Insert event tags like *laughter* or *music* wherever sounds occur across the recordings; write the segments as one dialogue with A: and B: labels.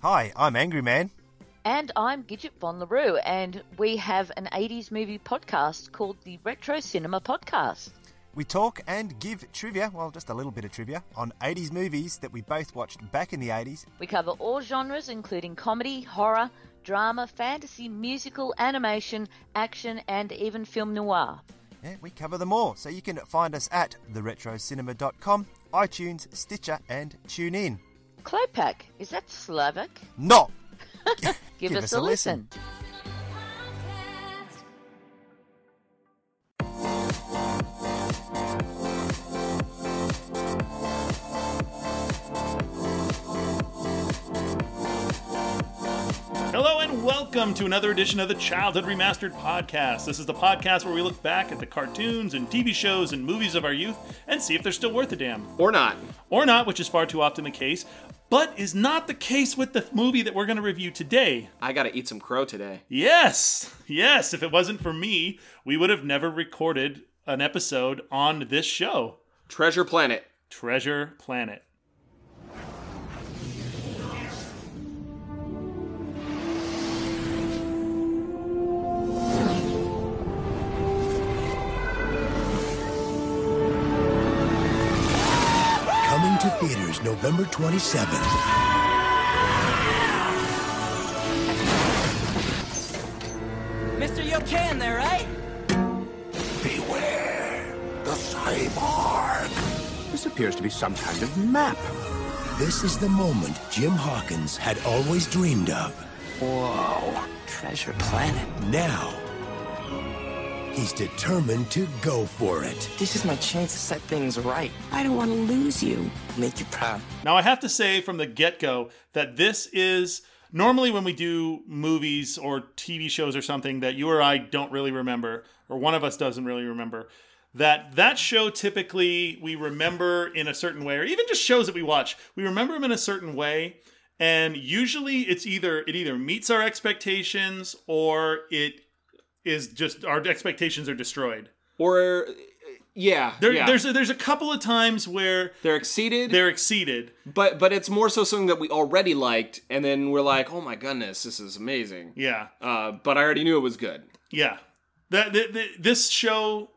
A: Hi, I'm Angry Man.
B: And I'm Gidget Bon LaRue, and we have an 80s movie podcast called the Retro Cinema Podcast.
A: We talk and give trivia, well, just a little bit of trivia, on 80s movies that we both watched back in the 80s.
B: We cover all genres, including comedy, horror, drama, fantasy, musical, animation, action, and even film noir.
A: Yeah, we cover them all. So you can find us at theretrocinema.com, iTunes, Stitcher, and TuneIn.
B: Klopak, is that Slovak?
A: No!
B: *laughs* Give, us, a, listen.
C: Hello and welcome to another edition of the Childhood Remastered podcast. This is the podcast where we look back at the cartoons and TV shows and movies of our youth and see if they're still worth a damn
D: or not.
C: or not, which is far too often the case, but is not the case with the movie that we're going to review today.
D: I gotta eat some crow today.
C: Yes, yes, if it wasn't for me, we would have never recorded an episode on this show,
D: Treasure Planet.
C: Treasure Planet.
E: Coming to theaters November 27th.
F: Mister, you okay in there, right?
E: Beware the cyborg.
G: This appears to be some kind of map.
E: This is the moment Jim Hawkins had always dreamed of.
G: Whoa. Treasure Planet.
E: Now, he's determined to go for it.
G: This is my chance to set things right. I don't want to lose you. Make you proud.
C: Now, I have to say from the get go that this is normally when we do movies or TV shows or something that you or I don't really remember, or one of us doesn't really remember. That that show typically we remember in a certain way, or even just shows that we watch, we remember them in a certain way, and usually it's either it either meets our expectations or it is just our expectations are destroyed.
D: Or, uh, yeah,
C: There,
D: yeah.
C: There's a, there's a couple of times where
D: they're exceeded.
C: they're exceeded,
D: but but it's more so something that we already liked, and then we're like, oh my goodness, this is amazing.
C: yeah.
D: Uh, but I already knew it was good.
C: Yeah. That, th th this show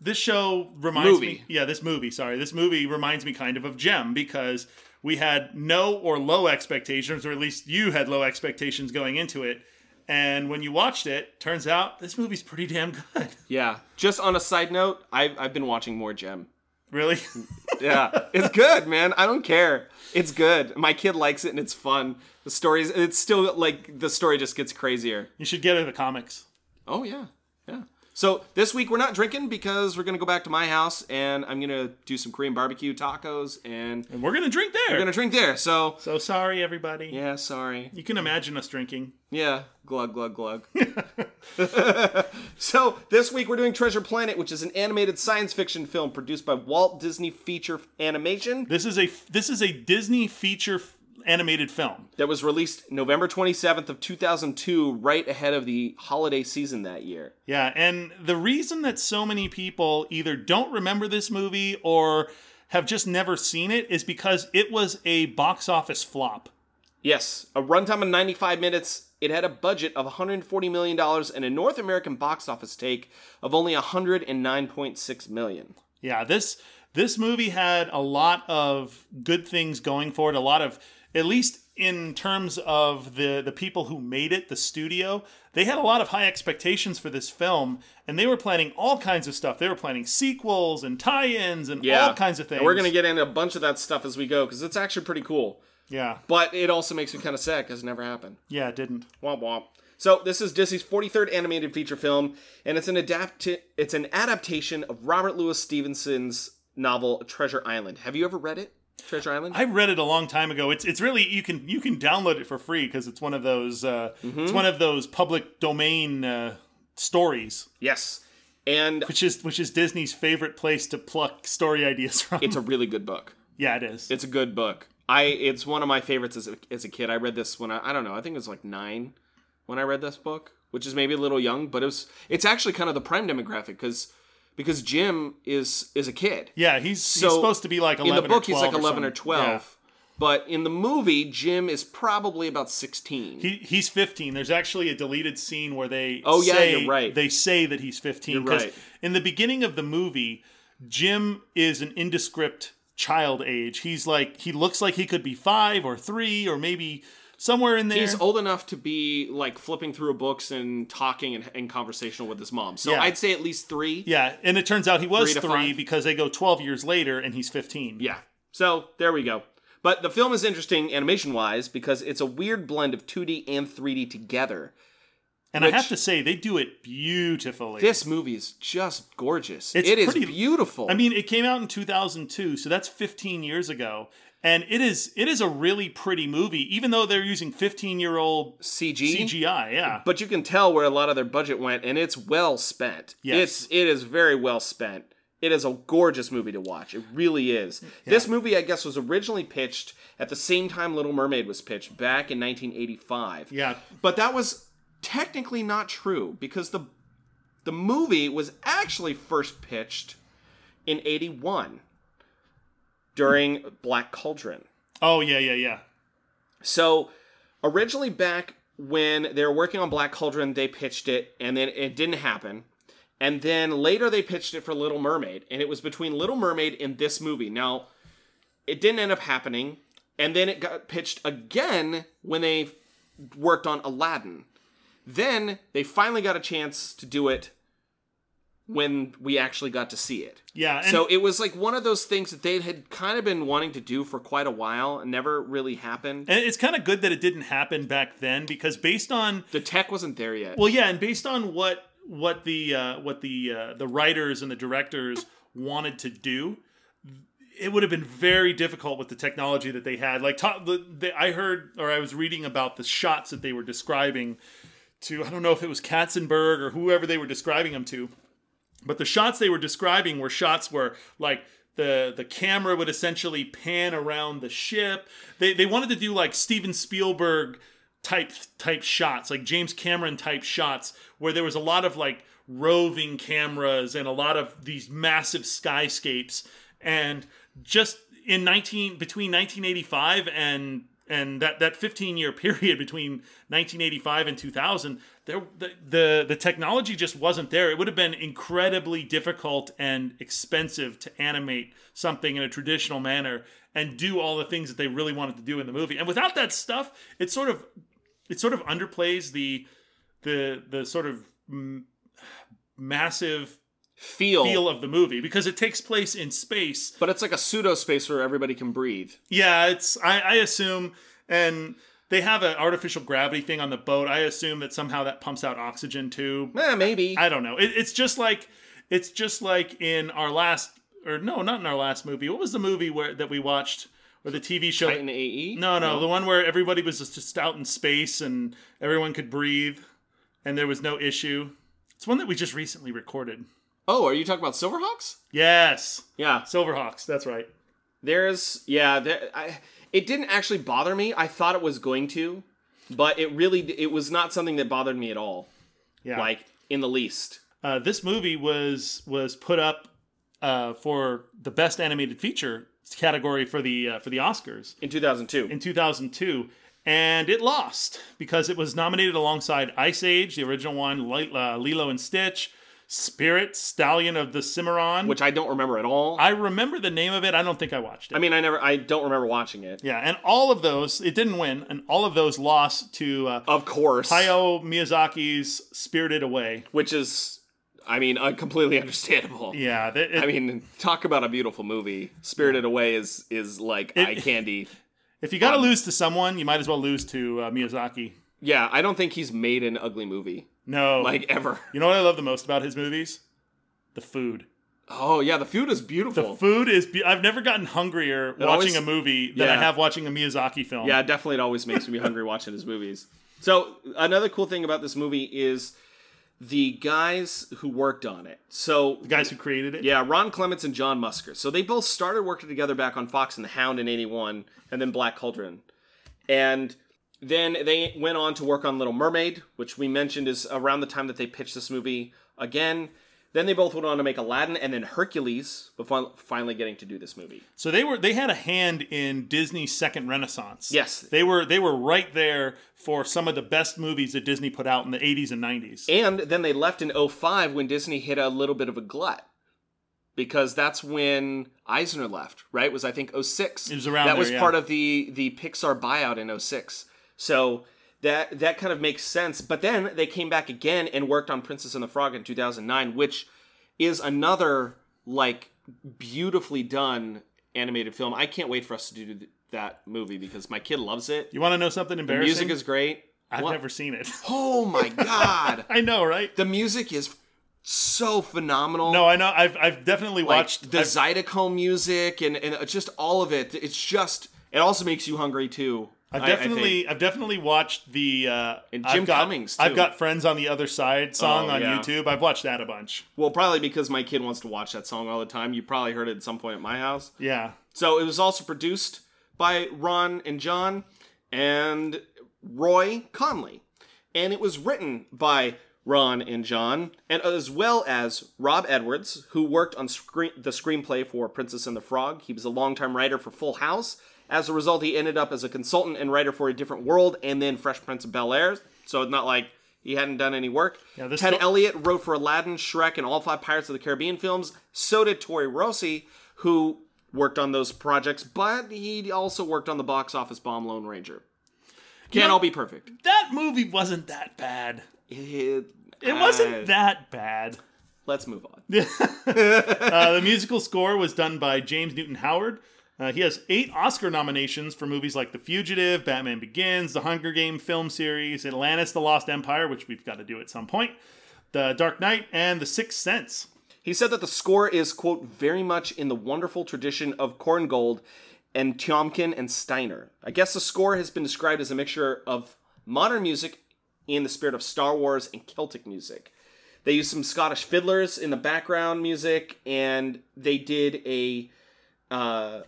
C: this show reminds
D: Movie.
C: me Yeah, this movie, sorry. This movie reminds me kind of of Gem because we had no or low expectations or at least you had low expectations going into it. And when you watched it, turns out this movie's pretty damn good.
D: Yeah. Just on a side note, I've I've been watching more Gem.
C: *laughs* Really? *laughs*
D: Yeah, it's good, man. I don't care. It's good. My kid likes it, and it's fun. The stories. It's still like the story just gets crazier.
C: you should get it at the comics.
D: Oh yeah, yeah. So this week we're not drinking because we're gonna go back to my house and I'm gonna do some Korean barbecue tacos and
C: And we're gonna drink there.
D: we're gonna drink there. So
C: so sorry everybody.
D: yeah, sorry.
C: You can imagine us drinking.
D: Yeah, glug glug *laughs* glug. so this week we're doing Treasure Planet, which is an animated science fiction film produced by Walt Disney Feature Animation
C: This is a this is a Disney feature f- animated film.
D: that was released November 27th of 2002, right ahead of the holiday season that year.
C: Yeah, and the reason that so many people either don't remember this movie or have just never seen it is because it was a box office flop.
D: Yes, a runtime of 95 minutes. It had a budget of $140 million and a North American box office take of only $109.6 million.
C: Yeah, this this movie had a lot of good things going for it, a lot of at least in terms of the the people who made it, the studio, they had a lot of high expectations for this film and they were planning all kinds of stuff. They were planning sequels and tie-ins and all kinds of things.
D: And we're going to get into a bunch of that stuff as we go because it's actually pretty cool.
C: Yeah.
D: But it also makes me kind of sad because it never happened.
C: Yeah, it didn't.
D: Womp womp. So this is Disney's 43rd animated feature film, and it's an adapt it's an adaptation of Robert Louis Stevenson's novel Treasure Island. Have you ever read it? Treasure Island?
C: I read it a long time ago. It's it's really you can you can download it for free because it's one of those uh, it's
D: Mm-hmm.
C: one of those public domain uh, stories,
D: yes. And
C: which is which is Disney's favorite place to pluck story ideas *laughs* from.
D: it's a really good book.
C: yeah, it is.
D: It's a good book. I it's one of my favorites as a, as a kid. I read this when I, I don't know. I think it was like nine when I read this book, which is maybe a little young, but it was. It's actually kind of the prime demographic because because Jim is is a kid.
C: yeah, he's, he's
D: So,
C: supposed to be like
D: in
C: eleven.
D: the book
C: or
D: he's like
C: 12
D: eleven or
C: something.
D: twelve, But in the movie, Jim is probably about 16.
C: He, he's 15. There's actually a deleted scene where they
D: Oh, yeah,
C: say,
D: you're right.
C: they say that he's 15
D: You're
C: 'cause
D: right.
C: in the beginning of the movie, Jim is an indescript child age. He's like he looks like he could be 5 or 3 or maybe somewhere in there.
D: He's old enough to be like flipping through books and talking and, and conversational with his mom. So
C: Yeah.
D: I'd say at least three.
C: Yeah, and it turns out he was
D: Three
C: 3,
D: to five.
C: because they go 12 years later and he's 15.
D: Yeah. So there we go. But the film is interesting animation wise because it's a weird blend of 2D and 3D together.
C: and
D: which-
C: I have to say they do it beautifully.
D: This movie is just gorgeous. It's
C: It's pretty-
D: beautiful.
C: I mean, it came out in 2002, so that's 15 years ago, and it is it is a really pretty movie, even though they're using 15 year old
D: CG.
C: CGI. Yeah,
D: But you can tell where a lot of their budget went, and it's well spent.
C: Yes.
D: It's it is very well spent. It is a gorgeous movie to watch. It really is. This movie, I guess, was originally pitched at the same time Little Mermaid was pitched back in 1985.
C: yeah,
D: But that was technically not true because the the movie was actually first pitched in 81 during Black Cauldron.
C: oh yeah, yeah, yeah.
D: So originally back when they were working on Black Cauldron, they pitched it and then it didn't happen. And then later they pitched it for Little Mermaid, and it was between Little Mermaid and this movie. Now, it didn't end up happening, and then it got pitched again when they worked on Aladdin. Then they finally got a chance to do it when we actually got to see it.
C: Yeah, and-
D: so it was like one of those things that they had kind of been wanting to do for quite a while and never really happened.
C: And it's kind of good that it didn't happen back then because based on
D: the tech wasn't there yet.
C: well, yeah, and based on what what the uh, what the uh, the writers and the directors wanted to do. It would have been very difficult with the technology that they had. Like, to, the, the, I heard or I was reading about the shots that they were describing to I don't know if it was Katzenberg or whoever they were describing him to, but the shots they were describing were shots where like the the camera would essentially pan around the ship. They they wanted to do like Steven Spielberg type type shots, like James Cameron type shots, where there was a lot of like roving cameras and a lot of these massive skyscapes and just in 19 between 1985 and and that that 15 year *laughs* period between 1985 and 2000 there the, the the technology just wasn't there it would have been incredibly difficult and expensive to animate something in a traditional manner and do all the things that they really wanted to do in the movie and without that stuff it sort of it sort of underplays the the the sort of m- massive
D: Feel,
C: feel of the movie because it takes place in space
D: but it's like a pseudo space where everybody can breathe.
C: yeah, it's I, I assume, and they have an artificial gravity thing on the boat. I assume that somehow that pumps out oxygen too.
D: Eh, maybe.
C: I don't know. It, it's just like it's just like in our last or no, not in our last movie. What was the movie where that we watched or the TV show?
D: Titan AE.
C: no, no, the one where everybody was just, just out in space and everyone could breathe and there was no issue. It's one that we just recently recorded.
D: Oh, are you talking about Silverhawks?
C: Yes,
D: Yeah.
C: Silverhawks. That's right.
D: There's yeah, there I it didn't actually bother me. I thought it was going to, but it really it was not something that bothered me at all.
C: Yeah,
D: Like in the least.
C: uh, this movie was was put up uh, for the best animated feature category for the uh, for the Oscars
D: In 2002.
C: in 2002, and it lost because it was nominated alongside Ice Age, the original one, Li- uh, Lilo and Stitch, Spirit, Stallion of the Cimarron,
D: which I don't remember at all. I,
C: I remember the name of it. I don't think I watched it.
D: mean, I never I don't remember watching it.
C: yeah, and all of those it didn't win, and all of those lost to uh,
D: Of course.
C: Hayao Miyazaki's Spirited Away.
D: Which is I mean, uh, completely *laughs* understandable.
C: Yeah, that- it-
D: I mean, talk about a beautiful movie. Spirited Away is is like eye candy.
C: if you got
D: Um,
C: to lose to someone, you might as well lose to uh, Miyazaki.
D: Yeah, I don't think he's made an ugly movie
C: No.
D: like ever.
C: you know what I love the most about his movies? The food.
D: Oh yeah, the food is
C: The
D: beautiful.
C: food is. Be- I've never gotten hungrier watching
D: always-
C: a movie than I
D: Yeah.
C: have watching a Miyazaki film.
D: Yeah, definitely. It always makes me hungry watching his movies. So another cool thing about this movie is the guys who worked on it. So
C: the guys who created it.
D: yeah, Ron Clements and John Musker. So they both started working together back on Fox and the Hound in '81, and then Black Cauldron, and then they went on to work on Little Mermaid, which we mentioned is around the time that they pitched this movie again. Then they both went on to make Aladdin and then Hercules, before finally getting to do this movie.
C: So they were they had a hand in Disney's second renaissance.
D: Yes.
C: They were they were right there for some of the best movies that Disney put out in the 80s and 90s.
D: And then they left in 05 when Disney hit a little bit of a glut. Because that's when Eisner left, right? Was I think 06.
C: It was around
D: That
C: there,
D: was
C: yeah.
D: part of the the Pixar buyout in 06. So that that kind of makes sense. But then they came back again and worked on Princess and the Frog in 2009, which is another like beautifully done animated film. I can't wait for us to do th- that movie because my kid loves it.
C: You want to know something embarrassing?
D: Music is great.
C: I've
D: What-
C: never seen it. *laughs*
D: Oh my god.
C: I know, right?
D: The music is so phenomenal.
C: No, I know. I've I've definitely
D: Like,
C: watched
D: the
C: I've-
D: Zydeco music and and just all of it. It's just it also makes you hungry too.
C: I've
D: I- I
C: definitely
D: think.
C: I've definitely watched the uh,
D: And
C: I've
D: Jim
C: got,
D: Cummings,
C: I've
D: too.
C: got friends on the other side song
D: Oh,
C: on
D: yeah.
C: YouTube. I've watched that a bunch.
D: well, probably because my kid wants to watch that song all the time. You probably heard it at some point at my house.
C: Yeah,
D: So it was also produced by Ron and John and Roy Conley. And it was written by Ron and John, and as well as Rob Edwards, who worked on screen- the screenplay for Princess and the Frog. He was a longtime writer for Full House. As a result, he ended up as a consultant and writer for A Different World and then Fresh Prince of Bel Air. So it's not like he hadn't done any work.
C: this
D: Ted
C: sto-
D: Elliott wrote for Aladdin, Shrek, and all five Pirates of the Caribbean films. So did Tori Rossi, who worked on those projects, but he also worked on the box office bomb Lone Ranger. Can't all be perfect.
C: that movie wasn't that bad.
D: It,
C: It wasn't that bad.
D: Let's move on.
C: *laughs* Uh, the musical score was done by James Newton Howard. Uh, he has eight Oscar nominations for movies like The Fugitive, Batman Begins, The Hunger Game film series, Atlantis: The Lost Empire, which we've got to do at some point, The Dark Knight, and The Sixth Sense.
D: He said that the score is, quote, very much in the wonderful tradition of Korngold and Tiomkin and Steiner. I guess the score has been described as a mixture of modern music in the spirit of Star Wars and Celtic music. They used some Scottish fiddlers in the background music, and they did a uh,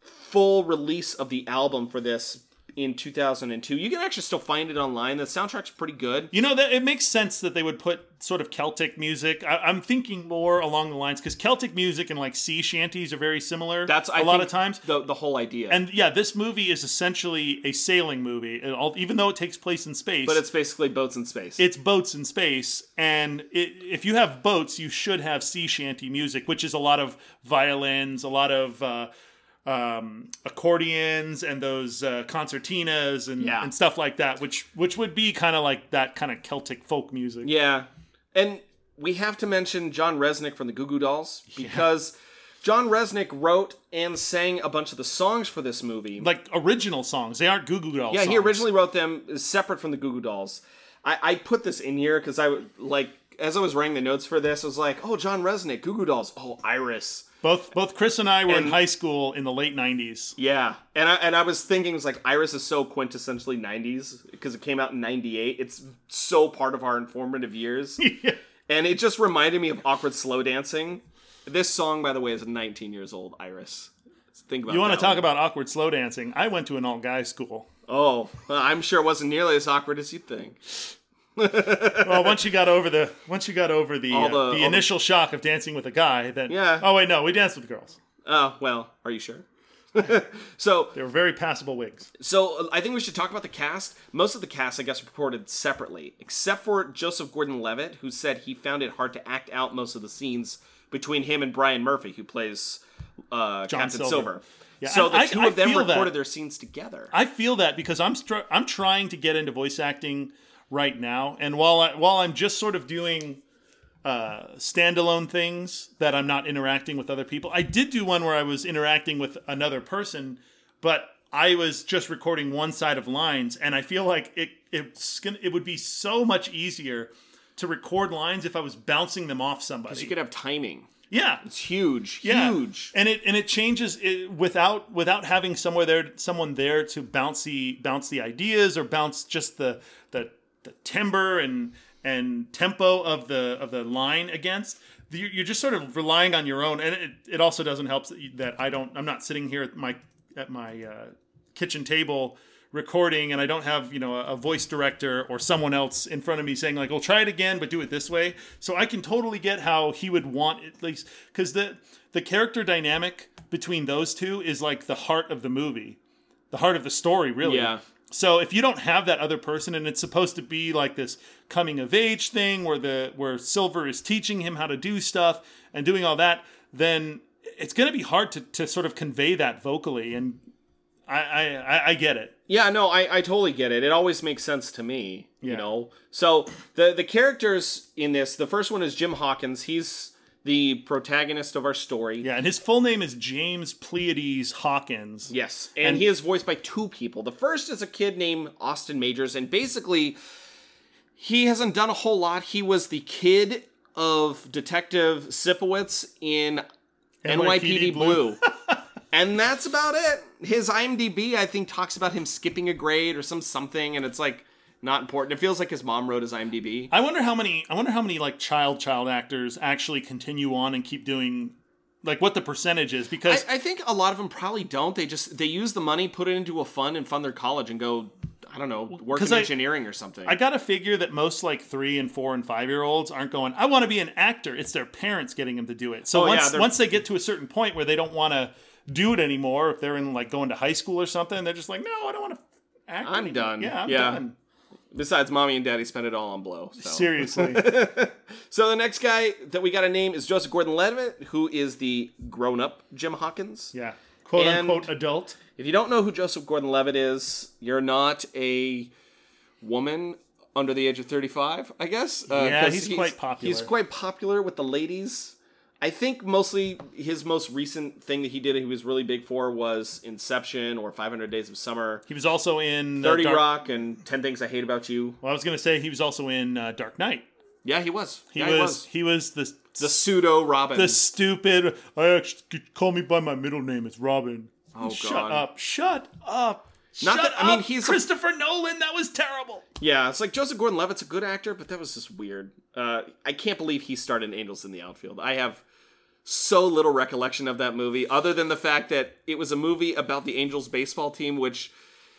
D: full release of the album for this in 2002. You can actually still find it online. The soundtrack's pretty good.
C: You know that it makes sense that they would put sort of Celtic music. I, I'm thinking more along the lines because Celtic music and like sea shanties are very similar.
D: That's
C: a
D: I
C: lot
D: think,
C: of times.
D: the the whole idea.
C: And yeah, this movie is essentially a sailing movie. It all, even though it takes place in space,
D: but it's basically boats in space.
C: it's boats in space. And it, if you have boats, you should have sea shanty music, which is a lot of violins, a lot of uh, um, accordions, and those uh, concertinas and,
D: Yeah.
C: and stuff like that, which which would be kind of like that kind of Celtic folk music.
D: Yeah. And we have to mention John Resnick from the Goo Goo Dolls because John Resnick wrote and sang a bunch of the songs for this movie.
C: like original songs. They aren't Goo Goo Dolls.
D: yeah, he
C: songs.
D: originally wrote them separate from the Goo Goo Dolls. I, I put this in here because I w- like as I was writing the notes for this, I was like, oh, John Resnick, Goo Goo Dolls, oh, Iris.
C: both both Chris and I were in
D: And-
C: high school in the late '90s.
D: Yeah, and I and I was thinking it was like Iris is so quintessentially '90s because it came out in '98. It's so part of our informative
C: *laughs*
D: years, and it just reminded me of awkward slow dancing. This song, by the way, is 19 years old. Iris, think about
C: You want
D: that
C: to talk
D: one.
C: about awkward slow dancing? I went to an all guy school.
D: Oh, well, I'm sure it wasn't nearly as awkward as you think.
C: Well, once you got over the once you got over the uh,
D: the- all
C: the
D: the-
C: initial shock of dancing with a guy, then
D: Yeah.
C: Oh wait, no, we danced with girls.
D: Oh well, are you sure? *laughs* so
C: They were very passable wigs.
D: So uh, I think we should talk about the cast. Most of the cast, I guess, reported separately, except for Joseph Gordon-Levitt, who said he found it hard to act out most of the scenes between him and Brian Murphy, who plays uh,
C: John
D: Captain
C: Silver.
D: Silver.
C: Yeah,
D: so
C: and
D: the
C: I-
D: two
C: I
D: of them
C: feel that.
D: recorded their scenes together.
C: I feel that because I'm str- I'm trying to get into voice acting right now, and while I, while I'm just sort of doing uh, standalone things that I'm not interacting with other people, I did do one where I was interacting with another person, but I was just recording one side of lines, and I feel like it it's gonna, it would be so much easier to record lines if I was bouncing them off somebody.
D: you could have timing.
C: yeah,
D: It's huge,
C: yeah.
D: huge.
C: and it and it changes it, without without having somewhere there someone there to bounce the bounce the ideas or bounce just the the, the timbre and and tempo of the of the line against You- you're just sort of relying on your own and it, it also doesn't help that you- that I don't I'm not sitting here at my at my uh, kitchen table recording and I don't have, you know, a, a voice director or someone else in front of me saying like, "Well, try it again, but do it this way." So I can totally get how he would want at least cuz the the character dynamic between those two is like the heart of the movie. The heart of the story, really.
D: Yeah.
C: So if you don't have that other person, and it's supposed to be like this coming of age thing where the where Silver is teaching him how to do stuff and doing all that, then it's going to be hard to, to sort of convey that vocally. And I I, I- I get it.
D: Yeah, no, I, I totally get it. It always makes sense to me, you know. So the the characters in this, the first one is Jim Hawkins. He's the protagonist of our story.
C: Yeah, and his full name is James Pleiades Hawkins.
D: Yes, and, he is voiced by two people. The first is a kid named Austin Majors, and basically, he hasn't done a whole lot. He was the kid of Detective Sipowicz in NYPD, Blue. and that's about it. His IMDb, I think, talks about him skipping a grade or some something, and it's like not important. It feels like his mom wrote his IMDb.
C: I wonder how many I wonder how many like child child actors actually continue on and keep doing like what the percentage is
D: I,
C: because
D: I think a lot of them probably don't. They just they use the money, put it into a fund, and fund their college, and go. I don't know, work
C: 'cause
D: in
C: I-
D: engineering or something.
C: I gotta figure that most like three and four and five year olds aren't going. I want to be an actor. It's their parents getting them to do it. So
D: Oh, yeah,
C: once
D: they're-
C: once they get to a certain point where they don't want to do it anymore, if they're in like going to high school or something, they're just like, no, I don't want to act.
D: I'm
C: anymore."
D: done.
C: Yeah, I'm
D: Yeah.
C: done.
D: Besides, mommy and daddy spent it all on blow. So. *laughs*
C: Seriously,
D: So the next guy that we got to name is Joseph Gordon-Levitt, who is the grown-up Jim Hawkins.
C: yeah, quote
D: And-
C: unquote adult.
D: If you don't know who Joseph Gordon-Levitt is, you're not a woman under the age of 35, I guess. Uh,
C: Yeah,
D: 'cause
C: he's quite popular.
D: He's quite popular with the ladies. I think mostly his most recent thing that he did, he was really big for, was Inception or 500 Days of Summer,
C: He was also in uh,
D: 30
C: Dark-
D: Rock, and 10 Things I Hate About You.
C: Well, I was gonna say he was also in uh, Dark Knight.
D: Yeah, he was.
C: He
D: yeah,
C: was,
D: he was.
C: he was the
D: The pseudo Robin.
C: the stupid. I actually call me by my middle name. It's Robin.
D: Oh,
C: Shut
D: God.
C: up! Shut up!
D: Not
C: Shut
D: that- I mean,
C: up,
D: he's a-
C: Christopher Nolan. That was terrible.
D: Yeah, it's like Joseph Gordon-Levitt's a good actor, but that was just weird. Uh, I can't believe he starred in Angels in the Outfield. I have so little recollection of that movie, other than the fact that it was a movie about the Angels baseball team, which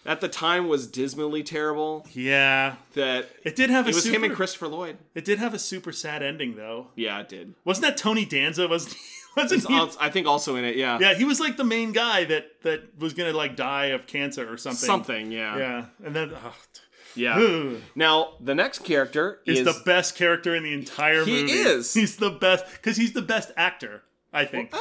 D: at the time was dismally terrible.
C: Yeah,
D: That
C: *laughs* it did have a
D: it was
C: super,
D: him and Christopher Lloyd.
C: It did have a super sad ending though.
D: Yeah, it did.
C: Wasn't that Tony Danza? Wasn't wasn't
D: He's
C: he? *laughs*
D: al- I think also in it. Yeah,
C: yeah, he was like the main guy that that was gonna like die of cancer or something.
D: something. Yeah,
C: Yeah, and then oh,
D: yeah. Now the next character
C: is
D: is
C: the best character in the entire
D: He
C: movie.
D: is.
C: He's the best because he's the best actor. I think.
D: Uh,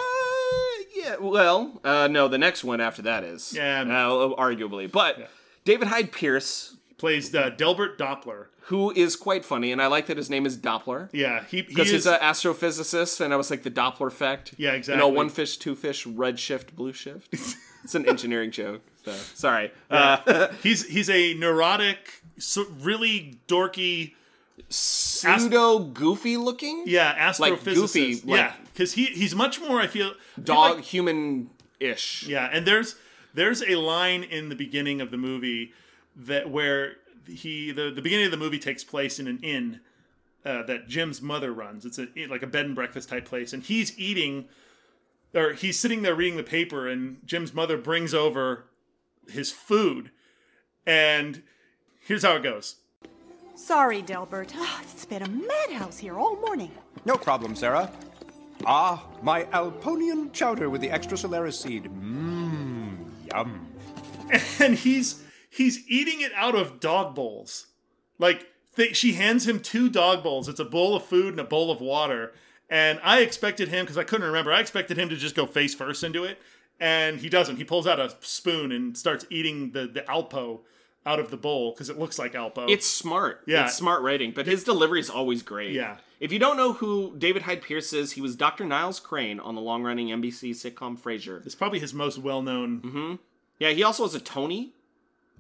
D: yeah. Well, uh, no, the next one after that is.
C: Yeah.
D: Uh, arguably, but David Hyde Pierce,
C: plays uh, Delbert Doppler.
D: who is quite funny, and I like that his name is Doppler
C: Yeah, he, he
D: because
C: is.
D: he's an astrophysicist, and I was like the Doppler effect.
C: Yeah,
D: You know,
C: exactly.
D: one fish, two fish, red shift, blue
C: *laughs*
D: shift. it's an engineering joke. So, sorry. Uh,
C: he's he's a neurotic, so really dorky.
D: pseudo goofy looking.
C: Yeah, astrophysicist.
D: Like goofy, like-
C: yeah, because he he's much more. I feel I feel
D: Dog
C: like-
D: human ish.
C: yeah, and there's there's a line in the beginning of the movie that where he the the beginning of the movie takes place in an inn. Uh, that Jim's mother runs. It's a like a bed and breakfast type place, and he's eating, or he's sitting there reading the paper, and Jim's mother brings over his food, and here's how it goes.
H: Sorry, Delbert. Ah, it's been a madhouse here all morning.
I: No problem, Sarah. Ah, my Alponian chowder with the extra Solaris seed. Mmm, yum.
C: *laughs* and he's he's eating it out of dog bowls. Like they, she hands him two dog bowls. It's a bowl of food and a bowl of water. And I expected him because I couldn't remember. I expected him to just go face first into it, and he doesn't. He pulls out a spoon and starts eating the the alpo out of the bowl because it looks like alpo.
D: It's smart.
C: Oh. Yeah.
D: It's smart writing, but his delivery is always great.
C: Yeah.
D: If you don't know who David Hyde Pierce is, he was Dr. Niles Crane on the long running NBC sitcom Frasier.
C: it's probably his most well known.
D: Yeah, he also has a Tony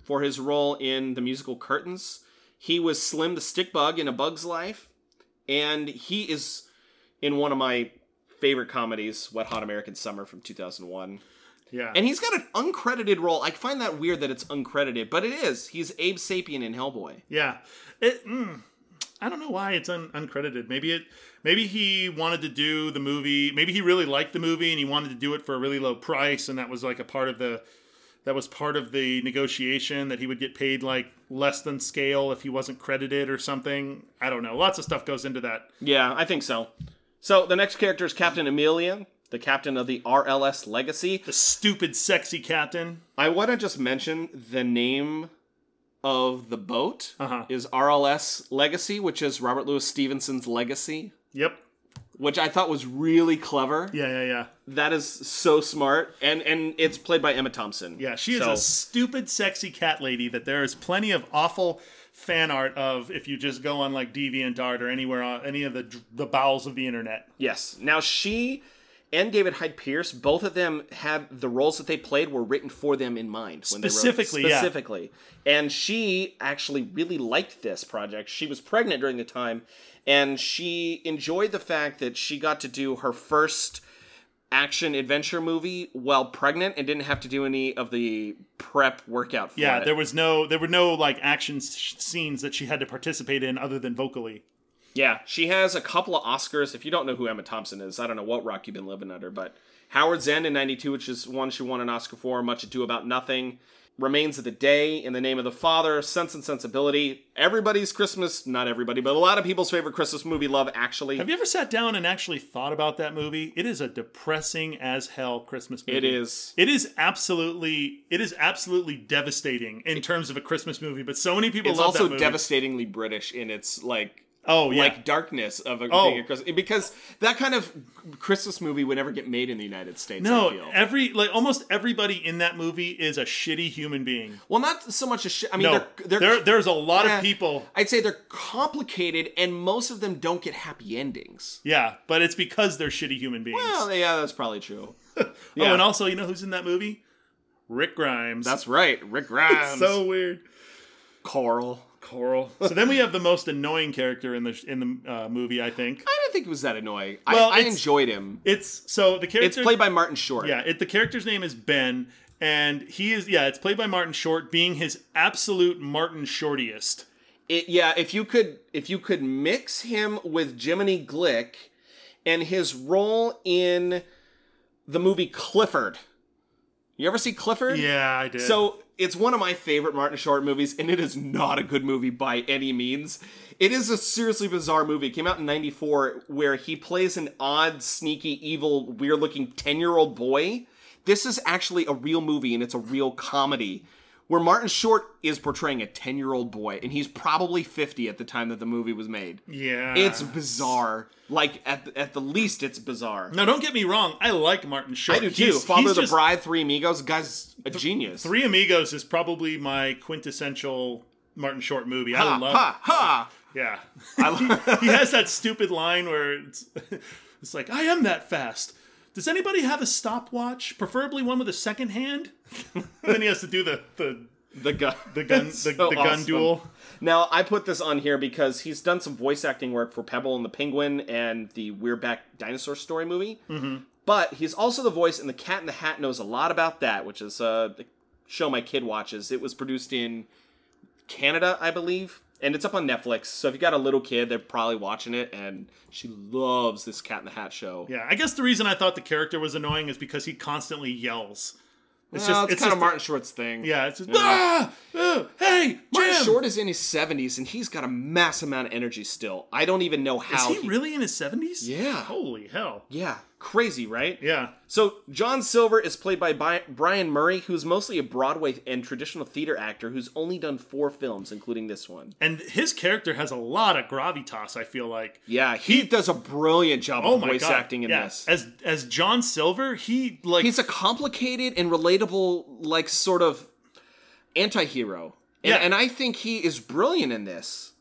D: for his role in the musical Curtains. He was Slim the Stick Bug in A Bug's Life, and he is in one of my favorite comedies, Wet Hot American Summer from 2001.
C: Yeah,
D: And he's got an uncredited role. I find that weird that it's uncredited, but it is. He's Abe Sapien in Hellboy.
C: Yeah, it. Mm, I don't know why it's un- uncredited. Maybe it. Maybe he wanted to do the movie. Maybe he really liked the movie and he wanted to do it for a really low price, and that was like a part of the. that was part of the negotiation that he would get paid like less than scale if he wasn't credited or something. I don't know. Lots of stuff goes into that.
D: Yeah, I think so. So the next character is Captain Amelia, the captain of the RLS Legacy.
C: The stupid sexy captain.
D: I want to just mention the name of the boat
C: Uh-huh.
D: is RLS Legacy, which is Robert Louis Stevenson's Legacy,
C: Yep.
D: which I thought was really clever.
C: Yeah, yeah, yeah.
D: That is so smart, and and it's played by Emma Thompson.
C: Yeah, she is
D: So-
C: a stupid, sexy cat lady that there is plenty of awful fan art of if you just go on like DeviantArt or anywhere on any of the the bowels of the internet.
D: Yes. Now she and David Hyde Pierce, both of them had the roles that they played were written for them in mind. When
C: Specifically,
D: they wrote it.
C: yeah.
D: specifically. And she actually really liked this project. She was pregnant during the time, and she enjoyed the fact that she got to do her first action adventure movie while pregnant and didn't have to do any of the prep workout for
C: Yeah,
D: it.
C: there was no there were no like action sh- scenes that she had to participate in other than vocally.
D: Yeah, she has a couple of Oscars. If you don't know who Emma Thompson is, I don't know what rock you've been living under, but Howard's End in 92, which is one she won an Oscar for, Much Ado About Nothing, Remains of the Day, In the Name of the Father, Sense and Sensibility, everybody's Christmas, not everybody, but a lot of people's favorite Christmas movie, Love Actually.
C: Have you ever sat down and actually thought about that movie? It is a depressing as hell Christmas movie.
D: It is.
C: It is absolutely it is absolutely devastating in terms of a Christmas movie, but so many people
D: It's
C: love that
D: also
C: movie.
D: devastatingly British in its, like,
C: Oh yeah.
D: like darkness of a,
C: Oh.
D: being a Christmas because that kind of Christmas movie would never get made in the United States. I
C: no,
D: feel.
C: every like almost everybody in that movie is a shitty human being.
D: well, not so much a shit. I mean,
C: no,
D: they're, they're
C: there, there's a lot
D: Yeah.
C: of people.
D: I'd say they're complicated, and most of them don't get happy endings.
C: Yeah, but it's because they're shitty human beings.
D: Well, yeah, that's probably true.
C: *laughs* Oh, and also, you know who's in that movie? Rick Grimes. *laughs*
D: That's right, Rick Grimes.
C: so weird.
D: Carl.
C: Coral. so then we have the most annoying character in the in the uh, movie. I think
D: I didn't think he was that annoying.
C: Well,
D: I, I
C: it's-
D: enjoyed him.
C: it's so the
D: It's
C: character.
D: played by Martin Short.
C: Yeah, it, the character's name is Ben, and he is yeah. It's played by Martin Short, being his absolute Martin Shortiest.
D: It- yeah. If you could, if you could mix him with Jiminy Glick, and his role in the movie Clifford. You ever see Clifford?
C: Yeah, I did.
D: So it's one of my favorite Martin Short movies, and it is not a good movie by any means. It is a seriously bizarre movie. It came out in '94, where he plays an odd, sneaky, evil, weird-looking ten-year-old boy. This is actually a real movie, and it's a real comedy. Where Martin Short is portraying a 10 year old boy, and he's probably 50 at the time that the movie was made.
C: yeah,
D: It's bizarre. Like, at the, at the least, it's bizarre.
C: now. Don't get me wrong. I like Martin Short.
D: I do too.
C: He's- he's
D: Father of the
C: just-
D: Bride, Three Amigos, guy's a genius.
C: Three Amigos is probably my quintessential Martin Short movie. I love.
D: ha ha.
C: Yeah,
D: *laughs* I love-
C: *laughs* he has that stupid line where it's, *laughs* it's like, "I am that fast." Does anybody have a stopwatch, preferably one with a second hand? *laughs* and then he has to do the the,
D: the gun,
C: the
D: *laughs*
C: gun the, the gun duel.
D: Now I put this on here because he's done some voice acting work for Pebble and the Penguin and the We're Back Dinosaur Story movie. Mm-hmm. But he's also the voice in The Cat in the Hat. Knows a lot about that, which is uh, the show my kid watches. It was produced in Canada, I believe, and it's up on Netflix. So if you got a little kid, they're probably watching it, and she loves this Cat in the Hat show.
C: Yeah, I guess the reason I thought the character was annoying is because he constantly yells. It's
D: Well,
C: just
D: it's,
C: it's
D: kind
C: just
D: of Martin Short's thing.
C: Yeah, it's just ah, oh, hey,
D: Martin
C: Jim!
D: Short is in his 70s and he's got a mass amount of energy still. I don't even know
C: Is
D: how.
C: he really in his seventies?
D: Yeah.
C: Holy hell.
D: Yeah, crazy, right?
C: Yeah.
D: So, John Silver is played by Bi- Brian Murray, who's mostly a Broadway and traditional theater actor who's only done four films, including this one.
C: And his character has a lot of gravitas, I feel like.
D: Yeah, he, does a brilliant job
C: Oh
D: of
C: my
D: voice
C: god.
D: acting in
C: yeah.
D: this.
C: As as John Silver, he like
D: He's a complicated and relatable, like, sort of anti hero. And,
C: Yeah.
D: and I think he is brilliant in this.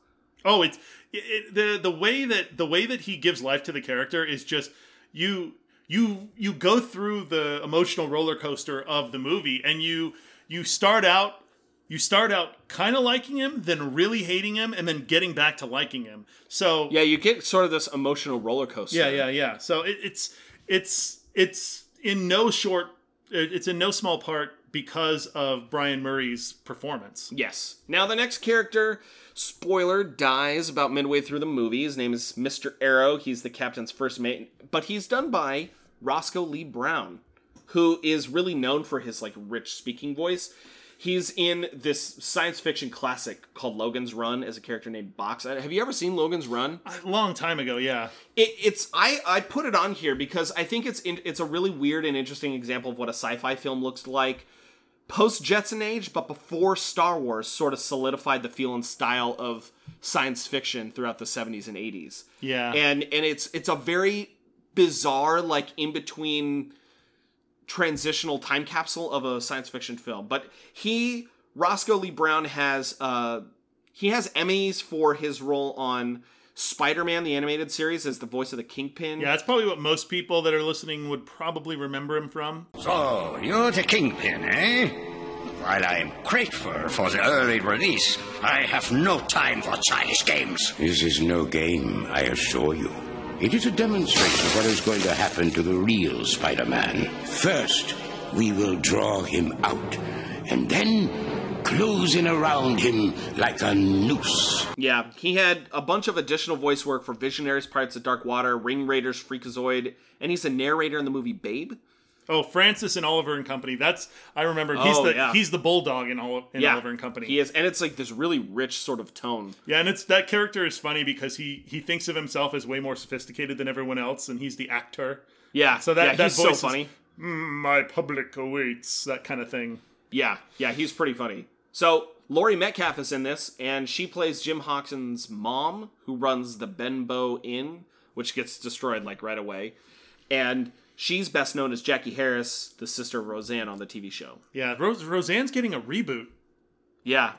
C: Oh, it's it, it, the the way that the way that he gives life to the character is just you you you go through the emotional roller coaster of the movie and you you start out you start out kind of liking him, then really hating him, and then getting back to liking him. So
D: Yeah, you get sort of this emotional roller coaster.
C: yeah, yeah, yeah. So it, it's it's it's in no short it- it's in no small part because of Brian Murray's performance.
D: Yes. Now the next character, spoiler, dies about midway through the movie. His name is Mr. Arrow. He's the captain's first mate, but he's done by Roscoe Lee Brown, who is really known for his like rich speaking voice. He's in this science fiction classic called Logan's Run as a character named Box. Uh, Have you ever seen Logan's Run?
C: A long time ago, yeah.
D: It, it's I I put it on here because I think it's in, it's a really weird and interesting example of what a sci-fi film looks like post Jetson Age, but before Star Wars sort of solidified the feel and style of science fiction throughout the 70s and 80s.
C: Yeah.
D: And and it's it's a very bizarre like in between transitional time capsule of a science fiction film. But he Roscoe Lee Brown has uh he has Emmys for his role on Spider-Man the animated series as the voice of the Kingpin.
C: Yeah, that's probably what most people that are listening would probably remember him from.
J: So, you're the kingpin, eh? While I'm grateful for the early release, I have no time for childish games.
K: This is no game, I assure you. It is a demonstration of what is going to happen to the real Spider Man. First, we will draw him out, and then close in around him like a noose.
D: Yeah, he had a bunch of additional voice work for Visionaries, Pirates of Dark Water, Ring Raiders, Freakazoid, and he's a narrator in the movie Babe.
C: Oh, Francis and Oliver and Company. That's I remember. He's
D: Oh,
C: the
D: yeah.
C: he's the bulldog in, Oli- in
D: Yeah,
C: Oliver and Company.
D: He is, and it's like this really rich sort of tone.
C: Yeah, and it's that character is funny because he he thinks of himself as way more sophisticated than everyone else, and he's the actor.
D: Yeah,
C: So that
D: yeah,
C: that
D: he's
C: voice is,
D: so funny.
C: "Mm, my public awaits that kind of thing.
D: Yeah, yeah, he's pretty funny. So Laurie Metcalf is in this, and she plays Jim Hawkins' mom, who runs the Benbow Inn, which gets destroyed like right away. And she's best known as Jackie Harris, the sister of Roseanne on the TV show.
C: Yeah, Rose, Roseanne's getting a reboot.
D: Yeah,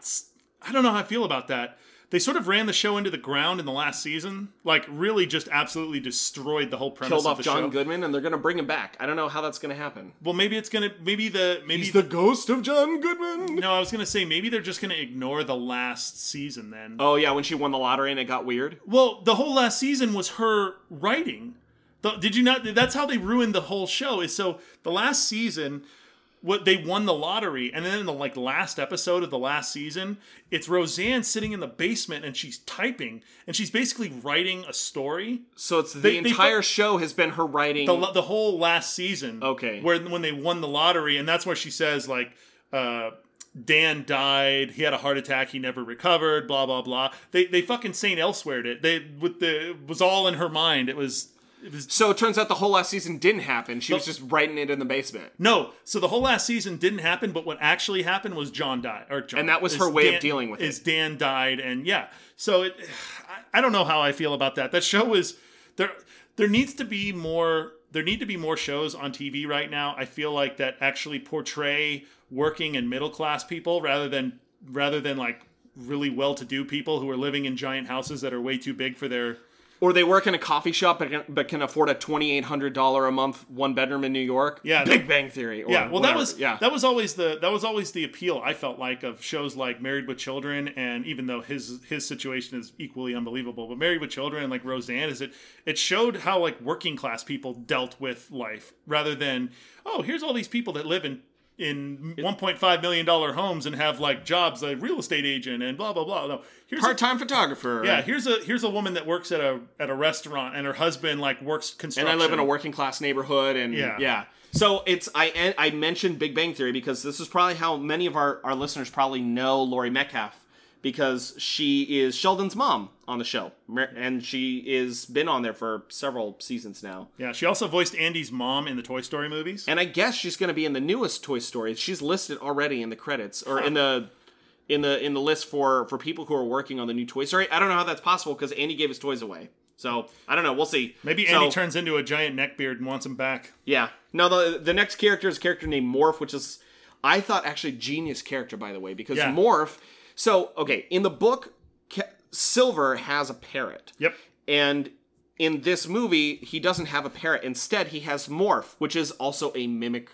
C: I don't know how I feel about that. They sort of ran the show into the ground in the last season, like really just absolutely destroyed the whole premise
D: killed
C: of
D: off
C: the
D: John
C: show.
D: Goodman, and they're gonna bring him back. I don't know how that's gonna happen.
C: Well, maybe it's gonna maybe the maybe
D: ghost of John Goodman.
C: no. I was gonna say maybe they're just gonna ignore the last season then.
D: Oh yeah, when she won the lottery and it got weird.
C: Well, the whole last season was her writing. The- did you not? That's how they ruined the whole show. Is so the last season, what they won the lottery, and then in the like last episode of the last season, it's Roseanne sitting in the basement and she's typing and she's basically writing a story.
D: So it's the
C: They- they
D: entire
C: fu-
D: show has been her writing.
C: The, lo- the whole last season.
D: Okay.
C: Where when they won the lottery, and that's where she says like. uh Dan died. He had a heart attack. He never recovered. Blah blah blah. They they fucking Saint Elsewhere it. They with the it was all in her mind. It was
D: so it turns out the whole last season didn't happen. She was just writing it in the basement,
C: No, so the whole last season didn't happen, but what actually happened was John died, or John,
D: And that was
C: is
D: her way of dealing with it.
C: Is Dan died, and yeah, so it, *sighs* I- I don't know how I feel about that. That show was there. There needs to be more. There need to be more shows on TV right now. I feel like that actually portray working and middle class people rather than rather than like really well to do people who are living in giant houses that are way too big for their.
D: or they work in a coffee shop but can, but can afford a twenty eight hundred dollar a month one bedroom in New York.
C: Yeah,
D: Big
C: that-
D: Bang Theory. Or
C: yeah well that
D: whatever.
C: was
D: yeah
C: that was always the that was always the appeal i felt like of shows like married with children and even though his his situation is equally unbelievable but married with children and like roseanne is it it showed how like working class people dealt with life rather than oh here's all these people that live in in 1.5 million dollar homes and have like jobs like real estate agent and blah blah blah no here's
D: part time photographer.
C: yeah here's a here's a woman that works at a at a restaurant and her husband like works
D: and
C: construction
D: I live in a working class neighborhood, and
C: Yeah.
D: yeah, So it's I I mentioned Big Bang Theory because this is probably how many of our our listeners probably know Laurie Metcalf because she is Sheldon's mom on the show, Mer- and she is been on there for several seasons now.
C: yeah she also voiced andy's mom in the toy story movies
D: And I guess she's going to be in the newest Toy Story. She's listed already in the credits or in the in the in the list for for people who are working on the new Toy Story. I don't know how that's possible because Andy gave his toys away. So I don't know. We'll see.
C: Maybe
D: So-
C: Andy turns into a giant neckbeard and wants him back.
D: Yeah. No, the the next character is a character named Morph, which is I thought actually genius character by the way because
C: Yeah.
D: Morph. So okay, in the book, Ca- Silver has a parrot,
C: Yep.
D: and in this movie he doesn't have a parrot. Instead, he has Morph, which is also a mimic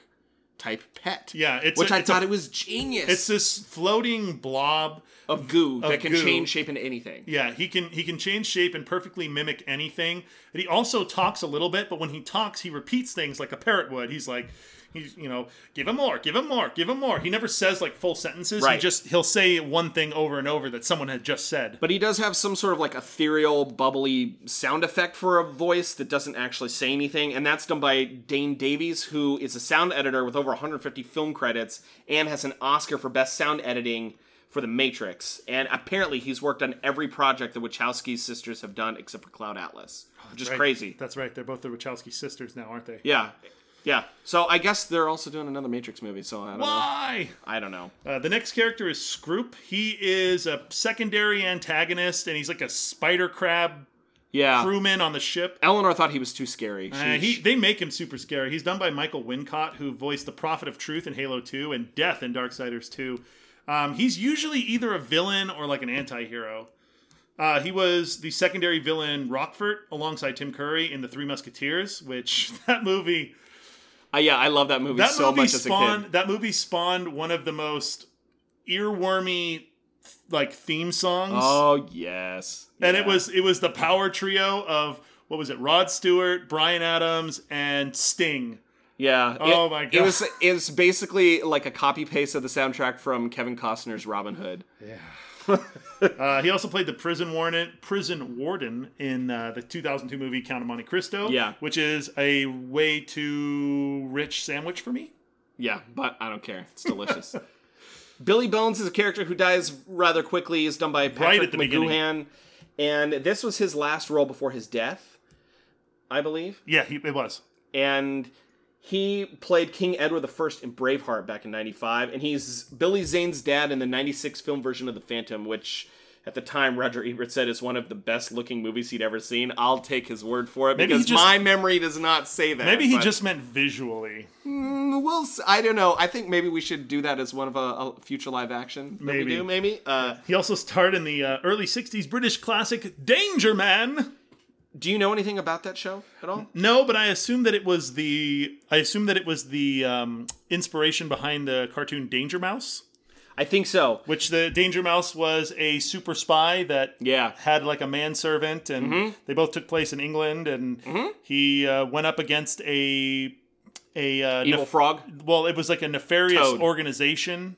D: type pet.
C: Yeah, it's
D: which
C: a-
D: I
C: it's a-
D: thought it was genius.
C: It's this floating blob.
D: of goo that can
C: goo.
D: change shape into anything.
C: Yeah, he can he can change shape and perfectly mimic anything. And he also talks a little bit, but when he talks, he repeats things like a parrot would. He's like, He's, you know, give him more, give him more, give him more. He never says like full sentences. He
D: Right.
C: just he'll say one thing over and over that someone had just said.
D: But he does have some sort of like ethereal, bubbly sound effect for a voice that doesn't actually say anything, and that's done by Dane Davies, who is a sound editor with over 150 film credits and has an Oscar for Best Sound Editing for The Matrix. And apparently, he's worked on every project the Wachowski sisters have done except for Cloud Atlas, which is
C: Right.
D: crazy.
C: Oh, That's right. They're both the Wachowski sisters now, aren't they?
D: Yeah, yeah. So I guess they're also doing another Matrix movie. So I don't
C: Why?
D: know. I don't know.
C: Uh, the next character is Scroop. He is a secondary antagonist, and he's like a spider crab
D: Yeah.
C: crewman on the ship.
D: Eleanor thought he was too scary. She,
C: Uh, he, they make him super scary. He's done by Michael Wincott, who voiced the Prophet of Truth in Halo 2 and Death in Darksiders 2. Um, he's usually either a villain or like an anti hero. Uh, he was the secondary villain Rockfort alongside Tim Curry in The Three Musketeers, which *laughs* that movie
D: Uh, yeah, I love that movie
C: that
D: so
C: movie
D: much as a
C: spawned
D: kid.
C: that movie spawned one of the most earwormy like theme songs
D: Oh yes.
C: and it
D: Yeah.
C: was it was the power trio of what was it rod stewart brian adams and sting
D: Yeah.
C: Oh
D: it-
C: my
D: It
C: God.
D: was it was basically like a copy paste of the soundtrack from Kevin Costner's Robin Hood.
C: uh, he also played the prison warden prison warden in uh, the 2002 movie count of monte cristo
D: Yeah.
C: which is a way too rich sandwich for me
D: Yeah, but I don't care. It's
C: *laughs*
D: delicious. Billy Bones is a character who dies rather quickly. He's done by Patrick
C: at the beginning.
D: McGoohan, and this was his last role before his death, I believe.
C: yeah he, it was
D: and he played King Edward I in Braveheart back in 95 and he's Billy Zane's dad in the 96 film version of The Phantom which at the time Roger Ebert said is one of the best looking movies he'd ever seen. I'll take his word for it
C: Maybe he
D: because
C: just-
D: my memory does not say that.
C: maybe he
D: but-
C: just meant visually
D: Mm, we'll s- I don't know. I think maybe we should do that as one of a, a future live action. that
C: Maybe.
D: we do maybe. Uh,
C: he also starred in the uh, early 60s british classic danger man
D: do you know anything about that show at all?
C: No, but I assume that it was the I assume that it was the um, inspiration behind the cartoon Danger Mouse,
D: I think so.
C: which the Danger Mouse was a super spy that
D: Yeah. Mm-hmm.
C: had like a manservant, and they both took place in England, and he uh, went up against a a uh,
D: Evil
C: nef-
D: Frog.
C: well, it was like a nefarious
D: Toad.
C: organization,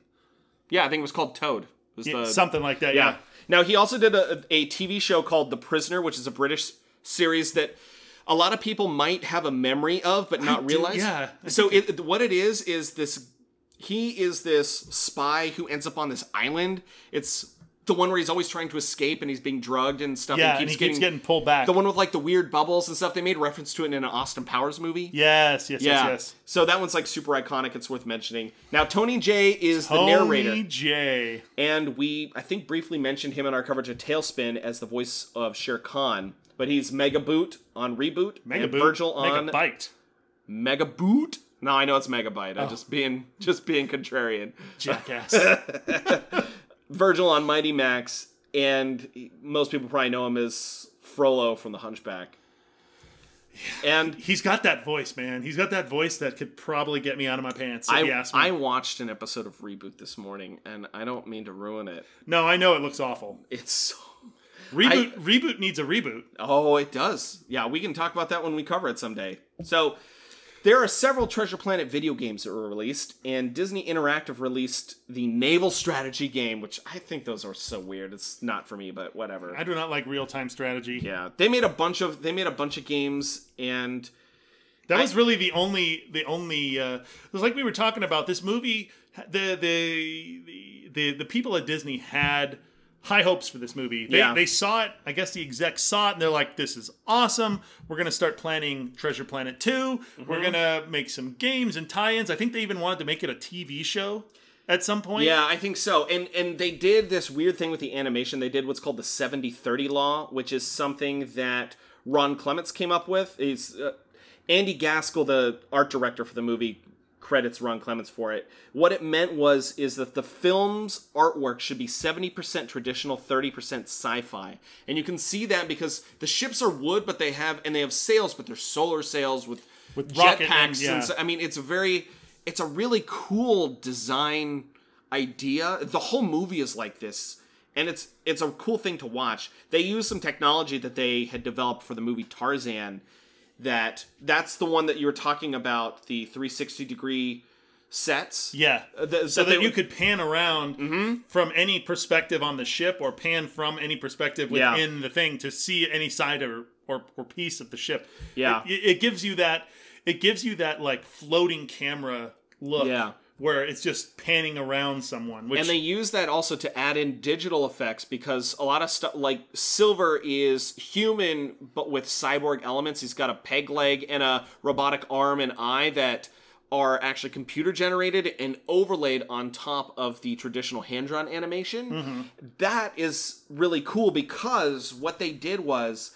D: Yeah, I think it was called Toad. It was
C: Yeah,
D: the-
C: something like that.
D: Yeah.
C: yeah.
D: Now he also did a, a TV show called The Prisoner, which is a British series that a lot of people might have a memory of but not realize.
C: yeah. I
D: So it, what it is is this. He is this spy who ends up on this island. It's the one where he's always trying to escape and he's being drugged and stuff.
C: Yeah, and he keeps getting pulled back.
D: The one with like the weird bubbles and stuff. They made reference to it in an Austin Powers movie.
C: Yes, yes, yes,
D: Yeah.
C: yes.
D: So that one's like super iconic. It's worth mentioning. Now Tony J is the
C: Tony
D: narrator
C: J.
D: and we I think briefly mentioned him in our coverage of Tailspin as the voice of Shere Khan, but he's Mega Boot on Reboot,
C: Mega
D: and
C: boot.
D: Virgil
C: mega
D: on
C: bite.
D: Mega Boot. No, I know it's Megabyte. I'm just being just being contrarian.
C: Jackass.
D: *laughs* Virgil on Mighty Max, and he- most people probably know him as Frollo from The Hunchback. And
C: He's got that voice, man. He's got that voice that could probably get me out of my pants if you
D: I,
C: asked me.
D: I watched an episode of Reboot this morning, and I don't mean to ruin it.
C: No, I know it looks awful.
D: It's so
C: Reboot reboot needs a reboot.
D: Oh, it does. Yeah, we can talk about that when we cover it someday. So, there are several Treasure Planet video games that were released, and Disney Interactive released the Naval Strategy game, which I think those are so weird. It's not for me, but whatever.
C: I do not like real time strategy.
D: yeah, they made a bunch of they made a bunch of games, and
C: That was really the only the only uh it was like we were talking about this movie the the the the, the people at Disney had high hopes for this movie. They
D: Yeah.
C: they saw it, I guess the execs saw it and they're like this is awesome. We're going to start planning Treasure Planet 2.
D: Mm-hmm.
C: We're going to make some games and tie-ins. I think they even wanted to make it a TV show at some point.
D: yeah, I think so. And and they did this weird thing with the animation. They did what's called the 70-30 law, which is something that Ron Clements came up with. Is uh, Andy Gaskell, the art director for the movie, credits Ron Clements for it. What it meant was is that the film's artwork should be 70% traditional, 30% sci-fi. And you can see that because the ships are wood, but they have and they have sails, but they're solar sails with with
C: rocket
D: jetpacks
C: and-
D: and,
C: yeah.
D: so- I mean, it's a very it's a really cool design idea. The whole movie is like this. And it's it's a cool thing to watch. They use some technology that they had developed for the movie Tarzan that that's the one that you were talking about the 360 degree sets.
C: Yeah.
D: Uh, the-
C: so
D: that
C: that,
D: they
C: you
D: would- Mm-hmm.
C: could pan around from any perspective on the ship or pan from any perspective
D: Yeah.
C: within the thing to see any side or, or, or piece of the ship.
D: Yeah.
C: It, it gives you that, it gives you that like floating camera look
D: Yeah.
C: where it's just panning around someone, which
D: and they use that also to add in digital effects because a lot of stuff like Silver is human but with cyborg elements. He's got a peg leg and a robotic arm and eye that are actually computer generated and overlaid on top of the traditional hand drawn animation.
C: Mm-hmm.
D: That is really cool because what they did was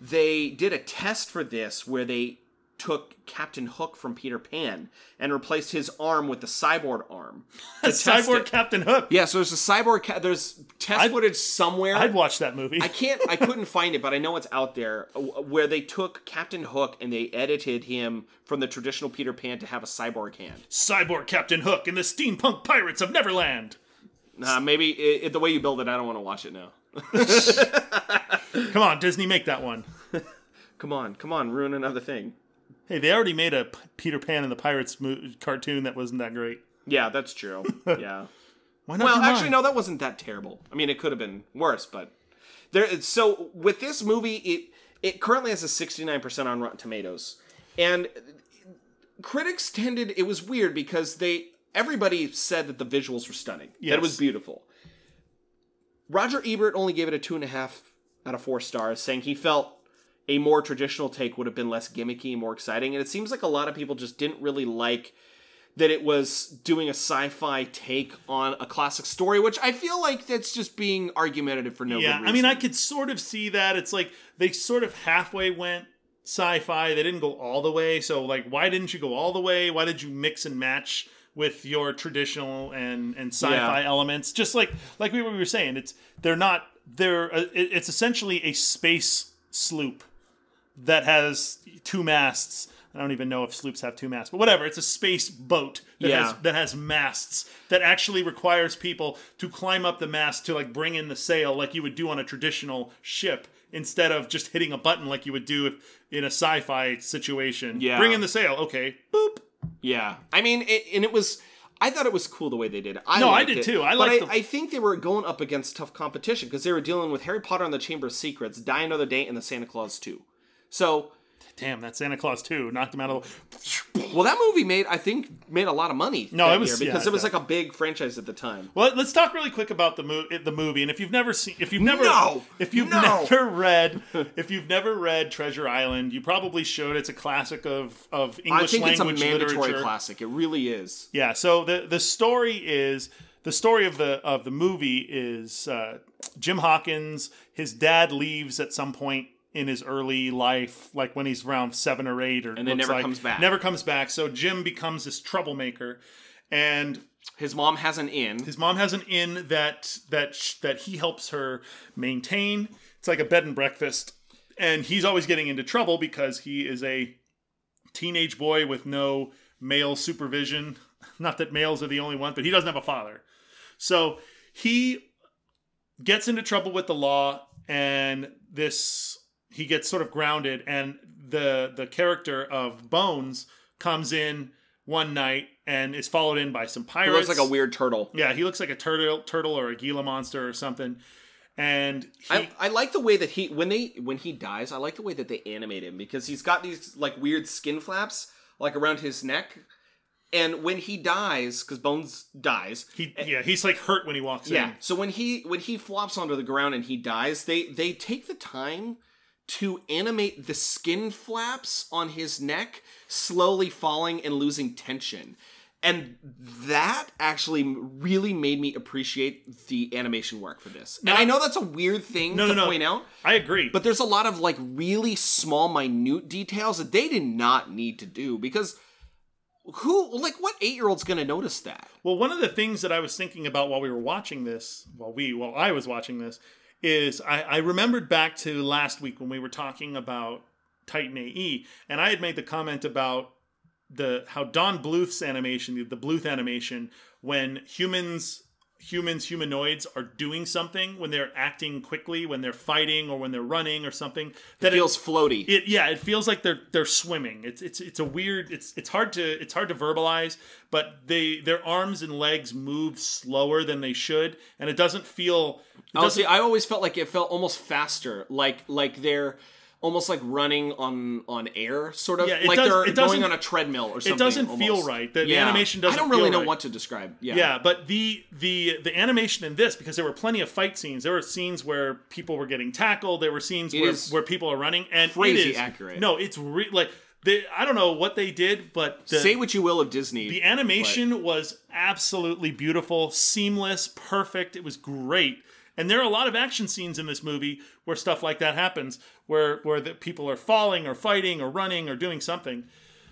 D: they did a test for this where they took Captain Hook from Peter Pan and replaced his arm with the cyborg arm. to test
C: *laughs* cyborg
D: it.
C: Captain Hook.
D: Yeah, so there's a cyborg. Ca- there's test footage somewhere.
C: I'd watch that movie.
D: I can't. I couldn't find it, but I know it's out there. uh, Where they took Captain Hook and they edited him from the traditional Peter Pan to have a cyborg hand.
C: *laughs* Cyborg Captain Hook and the steampunk pirates of Neverland.
D: Nah, maybe it, it, the way you build it, I don't want to watch it now.
C: Come on, Disney, make that one.
D: Come on, come on, ruin another thing.
C: Hey, they already made a P- Peter Pan and the Pirates mo- cartoon that wasn't that great.
D: Yeah, that's
C: *laughs*
D: true. yeah.
C: Why not
D: well,
C: do
D: actually,
C: mine?
D: no, that wasn't that terrible. I mean, it could have been worse, but there. So with this movie, it it currently has a sixty nine percent on Rotten Tomatoes, and critics tended. It was weird because they everybody said that the visuals were stunning. Yeah,
C: Yes.
D: it was beautiful. Roger Ebert only gave it a two and a half out of four stars, saying he felt a more traditional take would have been less gimmicky and more exciting. And it seems like a lot of people just didn't really like that it was doing a sci-fi take on a classic story, which I feel like that's just being argumentative for no good
C: yeah, I
D: reason.
C: mean, I could sort of see that. It's like they sort of halfway went sci-fi. They didn't go all the way. So, like, why didn't you go all the way? Why did you mix and match with your traditional and and sci-fi
D: Yeah.
C: elements? Just like like we were saying, it's they're not they're uh, it- it's essentially a space sloop that has two masts. I don't even know if sloops have two masts, but whatever. It's a space boat that
D: Yeah.
C: has that has masts that actually requires people to climb up the mast to like bring in the sail like you would do on a traditional ship instead of just hitting a button like you would do if in a sci-fi situation.
D: Yeah.
C: Bring in the sail. Okay. Boop.
D: yeah, I mean, it, and it was. I thought it was cool the way they did it. I
C: No, I
D: liked
C: did
D: it.
C: too. I
D: But
C: liked the-
D: I think they were going up against tough competition because they were dealing with Harry Potter and the Chamber of Secrets, Die Another Day, and the Santa Claus 2. So,
C: Damn, that's Santa Claus too. Knocked him out of the
D: well, that movie made I think made a lot of money.
C: No,
D: that
C: it was-
D: year because
C: yeah,
D: it was
C: yeah.
D: like a big franchise at the time.
C: Well, let's talk really quick about the mo- the movie. And if you've never seen, if you've never,
D: No!
C: if you've
D: No! *laughs*
C: never read, if you've never read Treasure Island, you probably should. It's a classic of of English
D: I think it's a
C: language
D: mandatory
C: literature.
D: classic. It really is.
C: Yeah. So the the story is the story of the of the movie is uh, Jim Hawkins. His dad leaves at some point in his early life, like when he's around seven or eight, or
D: And then
C: looks
D: never
C: like-
D: comes back.
C: Never comes back. So Jim becomes this troublemaker, and
D: His mom has an inn.
C: his mom has an inn that that sh- that he helps her maintain. It's like a bed and breakfast, and he's always getting into trouble because he is a teenage boy with no male supervision. *laughs* Not that males are the only one, but he doesn't have a father. So he gets into trouble with the law, and this he gets sort of grounded. And the the character of Bones comes in one night and is followed in by some
D: He
C: pirates.
D: looks like a weird turtle.
C: Yeah, he looks like a turtle, turtle or a Gila monster or something. And he,
D: I, I like the way that he when they when he dies, I like the way that they animate him because he's got these like weird skin flaps like around his neck. And when he dies, because Bones dies,
C: he, yeah, he's like hurt when he walks
D: yeah.
C: in.
D: So when he when he flops onto the ground and he dies, they they take the time to animate the skin flaps on his neck slowly falling and losing tension. And that actually really made me appreciate the animation work for this. and I know that's a weird thing
C: No,
D: to
C: no, no.
D: point out,
C: I agree.
D: but there's a lot of like really small, minute details that they did not need to do because who, like, what eight year old's gonna notice that?
C: Well, one of the things that I was thinking about while we were watching this, while we, while I was watching this, is I, I remembered back to last week when we were talking about Titan AE, and I had made the comment about the how Don Bluth's animation, the, the Bluth animation, when humans humans, humanoids are doing something when they're acting quickly, when they're fighting or when they're running or something. That it
D: feels floaty.
C: It yeah, it feels like they're they're swimming. It's it's it's a weird. It's it's hard to it's hard to verbalize, but they their arms and legs move slower than they should, and it doesn't feel. It
D: Honestly,
C: doesn't,
D: Oh, I always felt like it felt almost faster, like like they're almost like running on on air, sort of
C: Yeah, it
D: like
C: does-
D: they're
C: it doesn't-
D: going on a treadmill or
C: it
D: something.
C: doesn't
D: almost.
C: feel right. The- the animation doesn't
D: I don't really
C: feel
D: know
C: right.
D: what to describe. Yeah,
C: yeah. but the the the animation in this because there were plenty of fight scenes. There were scenes where people were getting tackled. There were scenes
D: It
C: where,
D: is
C: where people are running and it
D: crazy
C: is-
D: accurate.
C: No, it's re- like they, I don't know what they did, but the,
D: Say what you will of Disney.
C: the animation was absolutely beautiful, seamless, perfect. It was great. And there are a lot of action scenes in this movie where stuff like that happens, where where the people are falling or fighting or running or doing something.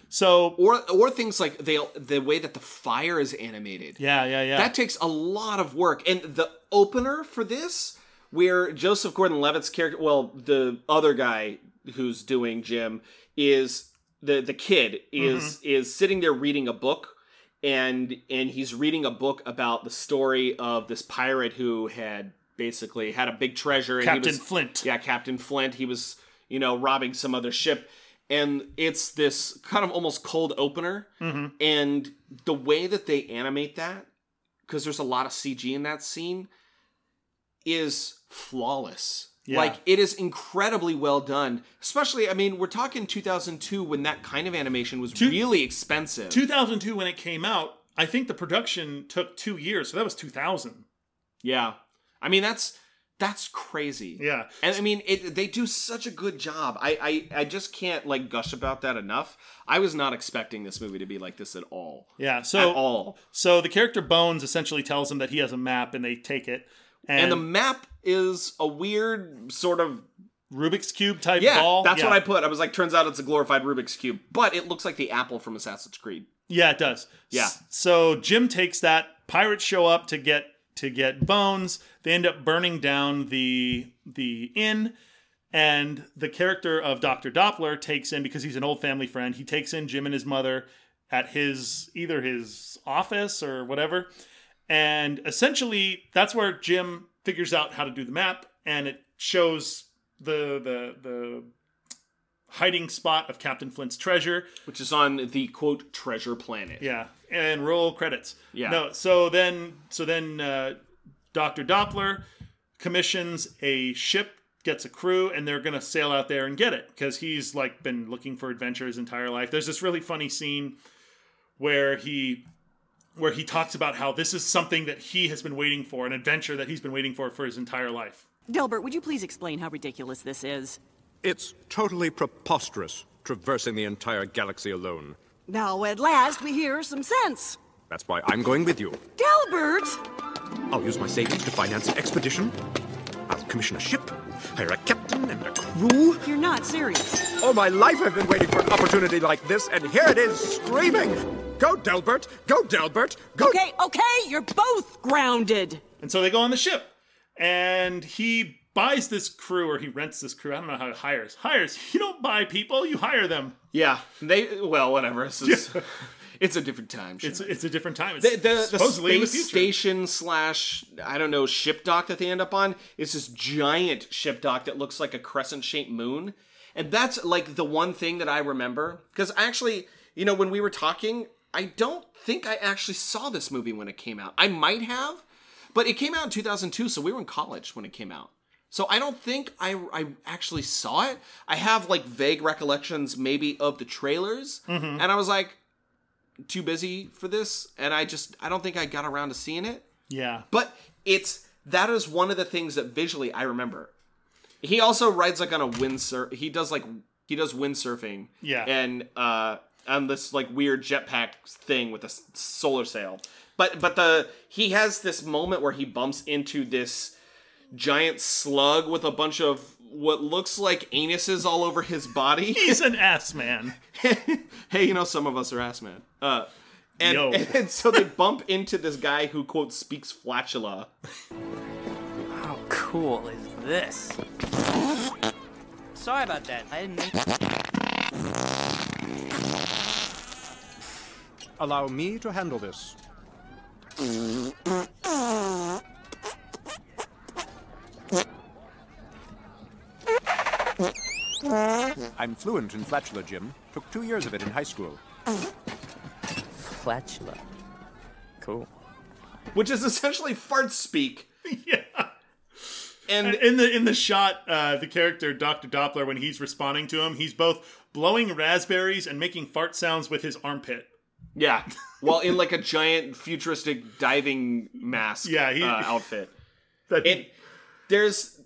C: So
D: or or things like they the way that the fire is animated.
C: Yeah, yeah, yeah.
D: That takes a lot of work. And the opener for this, where Joseph Gordon Levitt's character, well, the other guy who's doing Jim, is the, the kid is
C: Mm-hmm.
D: is sitting there reading a book. And and he's reading a book about the story of this pirate who had basically had a big treasure. And
C: Captain
D: he was,
C: Flint.
D: Yeah, Captain Flint. He was you know robbing some other ship, and it's this kind of almost cold opener
C: Mhm.
D: and the way that they animate that because there's a lot of cg in that scene is flawless
C: Yeah.
D: like it is incredibly well done especially i mean we're talking 2002 when that kind of animation was really expensive
C: 2002 when it came out, I think the production took 2 years, so that was 2000.
D: yeah i mean that's that's crazy
C: Yeah.
D: and i mean it, they do such a good job I, I i just can't like gush about that enough i was not expecting this movie to be like this at all
C: Yeah, so
D: At all.
C: So the character Bones essentially tells him that he has a map and they take it.
D: and
C: And,
D: the map is a weird sort of
C: Rubik's cube type
D: yeah,
C: ball.
D: That's
C: yeah.
D: what I put. I was like, turns out it's a glorified Rubik's Cube, but it looks like the apple from Assassin's Creed.
C: Yeah, it does.
D: Yeah.
C: S- So Jim takes that. Pirates show up to get to get bones. They end up burning down the the inn, and the character of Doctor Doppler takes in because he's an old family friend. He takes in Jim and his mother at his either his office or whatever, and essentially that's where Jim figures out how to do the map, and it shows the the the hiding spot of Captain Flint's treasure.
D: Which is on the quote treasure planet.
C: Yeah, and roll credits.
D: Yeah.
C: No, so then so then uh, Dr. Doppler commissions a ship, gets a crew, and they're gonna sail out there and get it because he's like been looking for adventure his entire life. There's this really funny scene where he where he talks about how this is something that he has been waiting for, an adventure that he's been waiting for for his entire life.
L: Delbert, would you please explain how ridiculous this is?
I: It's totally preposterous traversing the entire galaxy alone.
H: Now, at last, we hear some sense.
I: That's why I'm going with you.
H: Delbert!
I: I'll use my savings to finance an expedition. I'll commission a ship, hire a captain and a crew.
H: You're not serious.
I: All my life I've been waiting for an opportunity like this, and here it is screaming. Go, Delbert! Go, Delbert! Go!
L: Okay, okay, you're both grounded.
C: And so they go on the ship, and he buys this crew or he rents this crew. I don't know how he hires. Hires. You don't buy people, you hire them.
D: Yeah. They well, whatever. This
C: *laughs*
D: is, *laughs* It's a different time.
C: It's it's a different time. It's
D: the, the, the
C: supposedly in the
D: space
C: future.
D: station slash I don't know ship dock that they end up on is this giant ship dock that looks like a crescent shaped moon, and that's like the one thing that I remember because actually you know when we were talking I don't think I actually saw this movie when it came out I might have, but it came out in 2002 so we were in college when it came out. So I don't think I, I actually saw it. I have like vague recollections maybe of the trailers,
C: Mhm.
D: and I was like, too busy for this and I just I don't think I got around to seeing it.
C: Yeah.
D: But it's that is one of the things that visually I remember. He also rides like on a windsurf he does like he does windsurfing.
C: Yeah.
D: And uh on this like weird jetpack thing with a s- solar sail. But but the he has this moment where he bumps into this giant slug with a bunch of what looks like anuses all over his body.
C: He's an ass man. *laughs*
D: *laughs* hey, you know some of us are ass men. Uh, and,
C: Yo.
D: *laughs* and so they bump into this guy who quote speaks flatula.
G: How cool is this?
F: Sorry about that. I didn't mean.
I: Allow me to handle this. I'm fluent in flatula, Jim. Took two years of it in high school.
G: Flatula. Cool.
D: Which is essentially fart speak.
C: And in the in the shot, uh, the character Doctor Doppler, when he's responding to him, he's both blowing raspberries and making fart sounds with his armpit.
D: Yeah. While in like a giant futuristic diving mask
C: Yeah, he-
D: uh, outfit. It, there's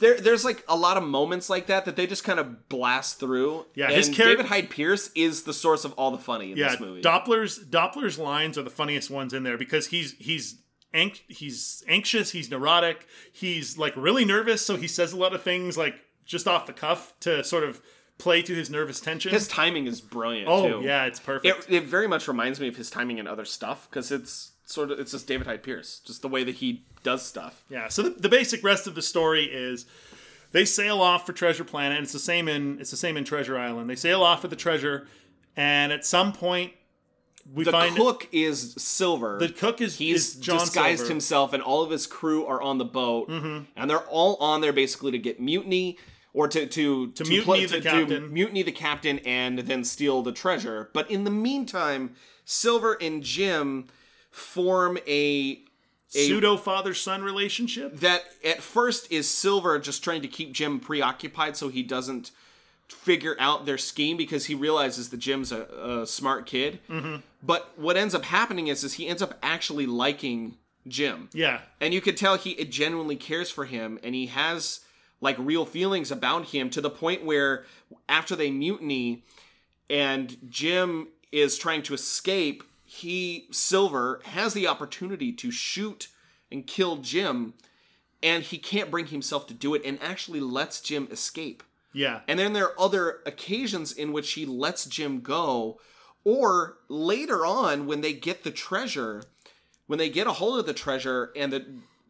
D: there there's like a lot of moments like that that they just kind of blast through.
C: Yeah, his
D: And
C: charac-
D: David Hyde Pierce is the source of all the funny in
C: yeah,
D: this movie.
C: Doppler's Doppler's lines are the funniest ones in there because he's he's anx- he's anxious, he's neurotic, he's like really nervous, so he says a lot of things like just off the cuff to sort of play to his nervous tension.
D: his timing is brilliant.
C: Oh,
D: too.
C: yeah, it's perfect.
D: It, it very much reminds me of his timing in other stuff because it's sort of it's just David Hyde Pierce, just the way that he does stuff.
C: Yeah. So the, the basic rest of the story is they sail off for Treasure Planet, and it's the same in it's the same in Treasure Island. They sail off for the treasure, and at some point we
D: the
C: find
D: cook is Silver.
C: The cook is-
D: he's
C: is John
D: disguised
C: Silver.
D: himself, and all of his crew are on the boat,
C: Mhm.
D: and they're all on there basically to get mutiny or to to to,
C: mutiny the captain.
D: mutiny the captain, and then steal the treasure. But in the meantime, Silver and Jim form a. A
C: pseudo father son relationship
D: that at first is Silver just trying to keep Jim preoccupied so he doesn't figure out their scheme because he realizes that Jim's a, a smart kid.
C: Mhm.
D: But what ends up happening is, is he ends up actually liking Jim.
C: Yeah.
D: And you could tell he genuinely cares for him and he has like real feelings about him to the point where after they mutiny and Jim is trying to escape, he Silver has the opportunity to shoot and kill Jim and he can't bring himself to do it and actually lets Jim escape.
C: Yeah.
D: And then there are other occasions in which he lets Jim go, or later on when they get the treasure, when they get a hold of the treasure, and the,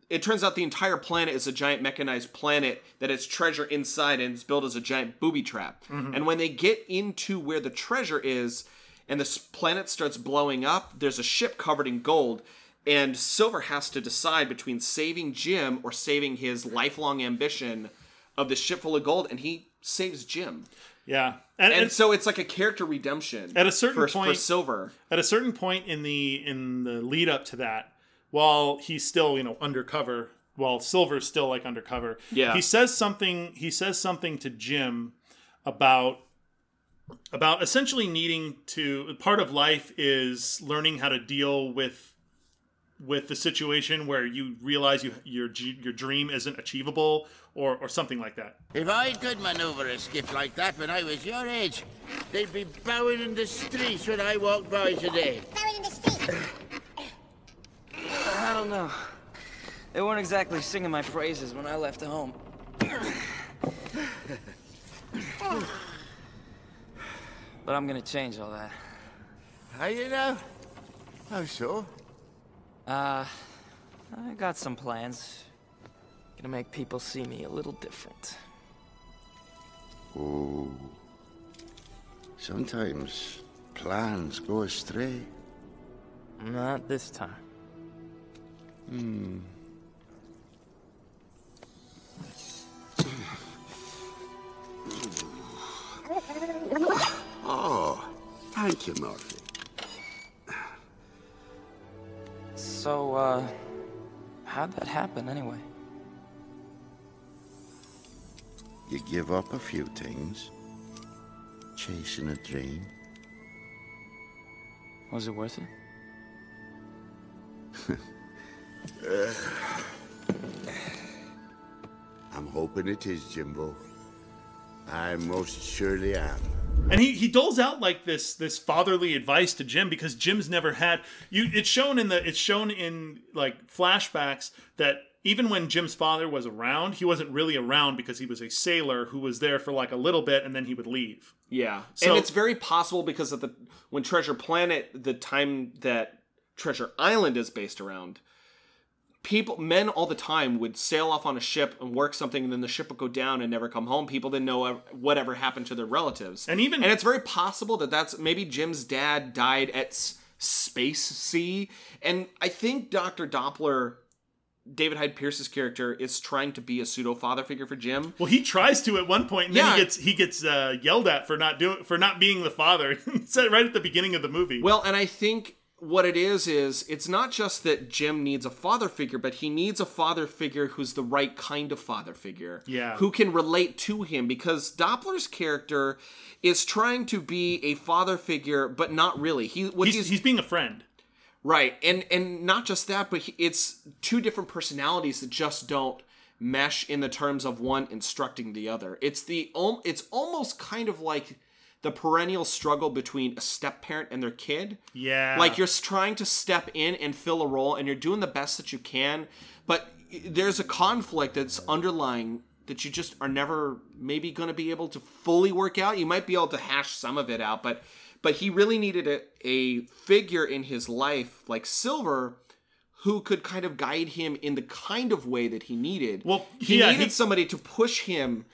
D: it turns out the entire planet is a giant mechanized planet that has treasure inside and it's built as a giant booby trap.
C: Mm-hmm.
M: Mhm.
D: And when they get into where the treasure is, and this planet starts blowing up, there's a ship covered in gold. And Silver has to decide between saving Jim or saving his lifelong ambition of the ship full of gold, and he saves Jim.
C: Yeah.
D: And,
C: And, and,
D: so it's like a character redemption
C: at a certain
D: for, for
C: point
D: Silver.
C: At a certain point in the in the lead up to that, while he's still, you know, undercover, while Silver's still like undercover,
D: Yeah.
C: he says something he says something to Jim about about essentially needing to part of life is learning how to deal with with the situation where you realize you your g- your dream isn't achievable or or something like that.
N: If I could maneuver a skiff like that when I was your age, they'd be bowing in the streets when I walk by today. Bowing in the streets?
F: I don't know. They weren't exactly singing my praises when I left home. but I'm gonna change all that.
N: How you know? Oh, How so?
F: Uh, I got some plans. Gonna make people see me a little different.
K: Oh. Sometimes plans go astray.
G: Not this time.
K: Hmm. Oh, thank you, Murphy.
F: So, uh, how'd that happen anyway?
K: You give up a few things. Chasing a dream.
F: Was it worth it?
K: I'm hoping it is, Jimbo. I most surely am.
C: And he, he doles out like this this fatherly advice to Jim because Jim's never had you it's shown in the it's shown in like flashbacks that even when Jim's father was around, he wasn't really around because he was a sailor who was there for like a little bit and then he would leave.
D: Yeah.
C: So-
D: and it's very possible because of the when Treasure Planet, the time that Treasure Island is based around, people men all the time would sail off on a ship and work something and then the ship would go down and never come home. People didn't know ev- whatever happened to their relatives. And
C: even
D: And it's very possible that that's maybe Jim's dad died at s- Space Sea and I think Dr. Doppler David Hyde Pierce's character is trying to be a pseudo father figure for Jim.
C: Well, he tries to at one point, and then
D: Yeah.
C: he gets he gets uh, yelled at for not doing for not being the father. *laughs* He said it right at the beginning of the movie.
D: Well, and I think what it is is it's not just that Jim needs a father figure, but he needs a father figure who's the right kind of father figure.
C: Yeah.
D: Who can relate to him because Doppler's character is trying to be a father figure, but not really. He what he's, he's
C: being a friend.
D: Right. And and not just that, but he, it's two different personalities that just don't mesh in the terms of one instructing the other. It's the al- it's almost kind of like the perennial struggle between a step parent and their kid.
C: yeah,
D: Like you're s- trying to step in and fill a role, and you're doing the best that you can, but y- there's a conflict that's underlying that you just are never maybe going to be able to fully work out. You might be able to hash some of it out, but but he really needed a, a figure in his life like Silver who could kind of guide him in the kind of way that he needed. Well, he
C: yeah,
D: needed
C: he-
D: somebody to push him.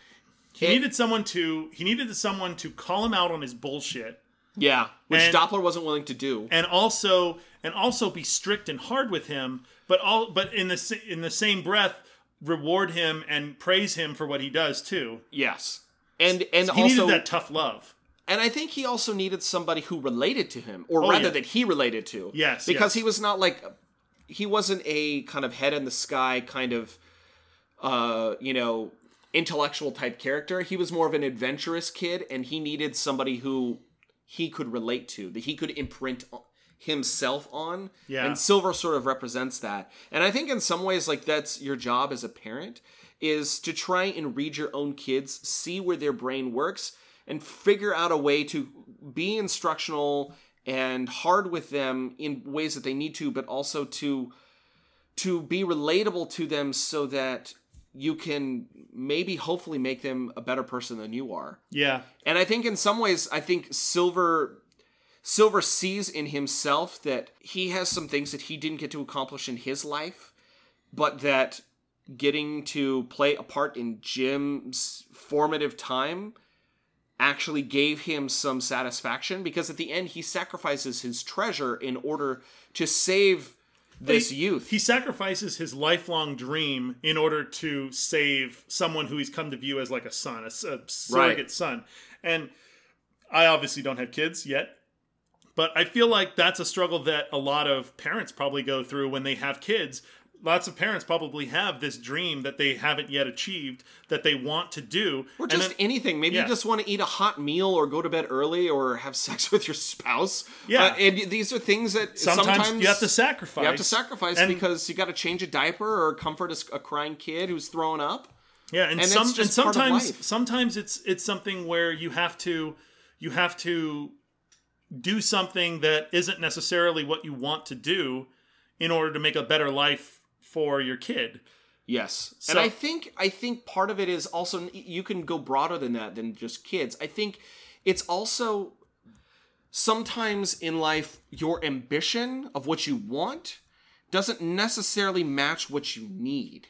C: he needed someone to he needed someone to call him out on his bullshit.
D: Yeah, which
C: And-
D: Doppler wasn't willing to do.
C: and also and also be strict and hard with him but all but in the sa- in the same breath reward him and praise him for what he does too
D: yes and and
C: he
D: also
C: needed that tough love
D: And I think he also needed somebody who related to him, or
C: Oh,
D: rather
C: yeah.
D: that he related to.
C: Yes, yes.
D: Because he was not like, he wasn't a kind of head in the sky kind of, uh, you know, intellectual type character. He was more of an adventurous kid, and he needed somebody who he could relate to, that he could imprint o- himself on.
C: Yeah.
D: And Silver sort of represents that. And I think in some ways, like, that's your job as a parent is to try and read your own kids, see where their brain works, and figure out a way to be instructional and hard with them in ways that they need to, but also to to be relatable to them so that you can maybe hopefully make them a better person than you are.
C: yeah
D: And I think in some ways, I think Silver Silver sees in himself that he has some things that he didn't get to accomplish in his life, but that getting to play a part in Jim's formative time actually gave him some satisfaction because at the end he sacrifices his treasure in order to save this
C: He-
D: youth.
C: he sacrifices his lifelong dream in order to save someone who he's come to view as like a son a, s- a surrogate
D: Right.
C: son and i obviously don't have kids yet but i feel like that's a struggle that a lot of parents probably go through when they have kids lots of parents probably have this dream that they haven't yet achieved that they want to do
D: Or just anything. Maybe
C: Yeah.
D: you just want to eat a hot meal or go to bed early or have *laughs* sex with your spouse.
C: Yeah.
D: Uh, and these are things that
C: Sometimes
D: sometimes,
C: you have to sacrifice.
D: You have to sacrifice
C: And-
D: because you got to change a diaper or comfort a s- a, crying kid who's thrown up.
C: Yeah, and,
D: And
C: some
D: it's
C: and
D: just part of
C: sometimes
D: life.
C: sometimes it's it's something where you have to you have to do something that isn't necessarily what you want to do in order to make a better life for your kid.
D: Yes.
C: So-
D: and I think I think part of it is also you can go broader than that than just kids. I think it's also sometimes in life your ambition of what you want doesn't necessarily match what you need.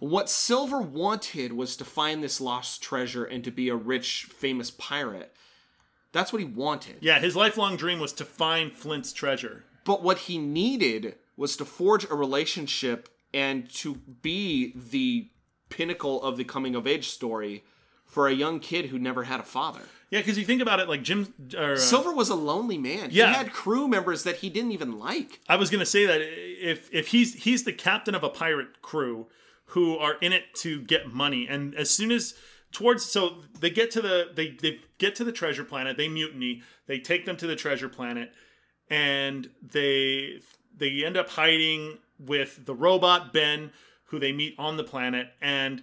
D: What Silver wanted was to find this lost treasure and to be a rich, famous pirate. That's what he wanted.
C: Yeah, his lifelong dream was to find Flint's treasure.
D: But what he needed was to forge a relationship and to be the pinnacle of the coming of age story for a young kid who never had a father.
C: Yeah, because you think about it, like Jim or, uh,
D: Silver was a lonely man.
C: Yeah.
D: He had crew members that he didn't even like.
C: I was gonna say that if if he's he's the captain of a pirate crew who are in it to get money, and as soon as towards so they get to the they they get to the treasure planet, they mutiny, they take them to the treasure planet, and they they end up hiding with the robot Ben, who they meet on the planet, and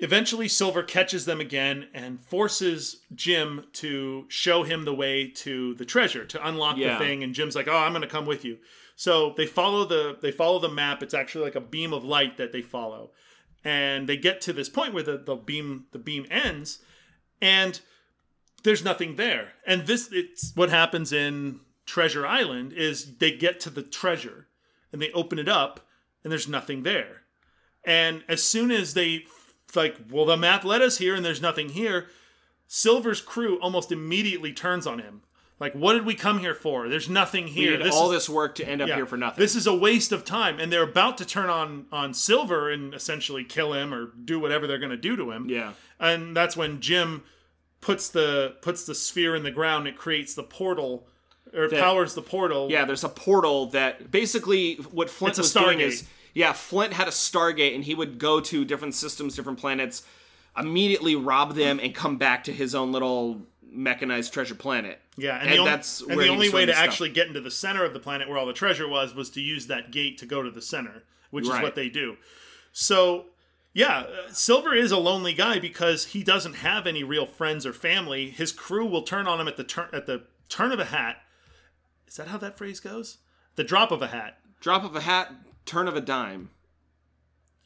C: eventually Silver catches them again and forces Jim to show him the way to the treasure to unlock
M: Yeah.
C: the thing and Jim's like, "Oh, I'm going to come with you." So they follow the they follow the map. It's actually like a beam of light that they follow. And they get to this point where the, the beam the beam ends and there's nothing there. And this it's what happens in Treasure Island is they get to the treasure and they open it up and there's nothing there. And as soon as they like, well, the map led us here and there's nothing here, Silver's crew almost immediately turns on him. Like, what did we come here for? There's nothing here.
D: did all this work to end up here for nothing.
C: This is a waste of time, and they're about to turn on on Silver and essentially kill him or do whatever they're going to do to him.
D: Yeah.
C: and that's when Jim puts the puts the sphere in the ground. It creates the portal or
D: That-
C: powers the portal.
D: Yeah, there's a portal that basically what Flint
C: It's a
D: was doing
C: Stargate.
D: is yeah, Flint had a Stargate and he would go to different systems, different planets, immediately rob them and come back to his own little mechanized treasure planet.
C: Yeah, and,
D: and,
C: the only,
D: that's
C: and
D: where
C: the
D: he
C: only
D: was
C: way
D: doing
C: to
D: this stuff.
C: actually get into the center of the planet where all the treasure was was to use that gate to go to the center, which is
D: Right.
C: what they do. So, yeah, uh, Silver is a lonely guy because he doesn't have any real friends or family. His crew will turn on him at the turn at the turn of a hat. Is that how that phrase goes? The drop of a hat.
D: Drop of a hat, turn of a dime.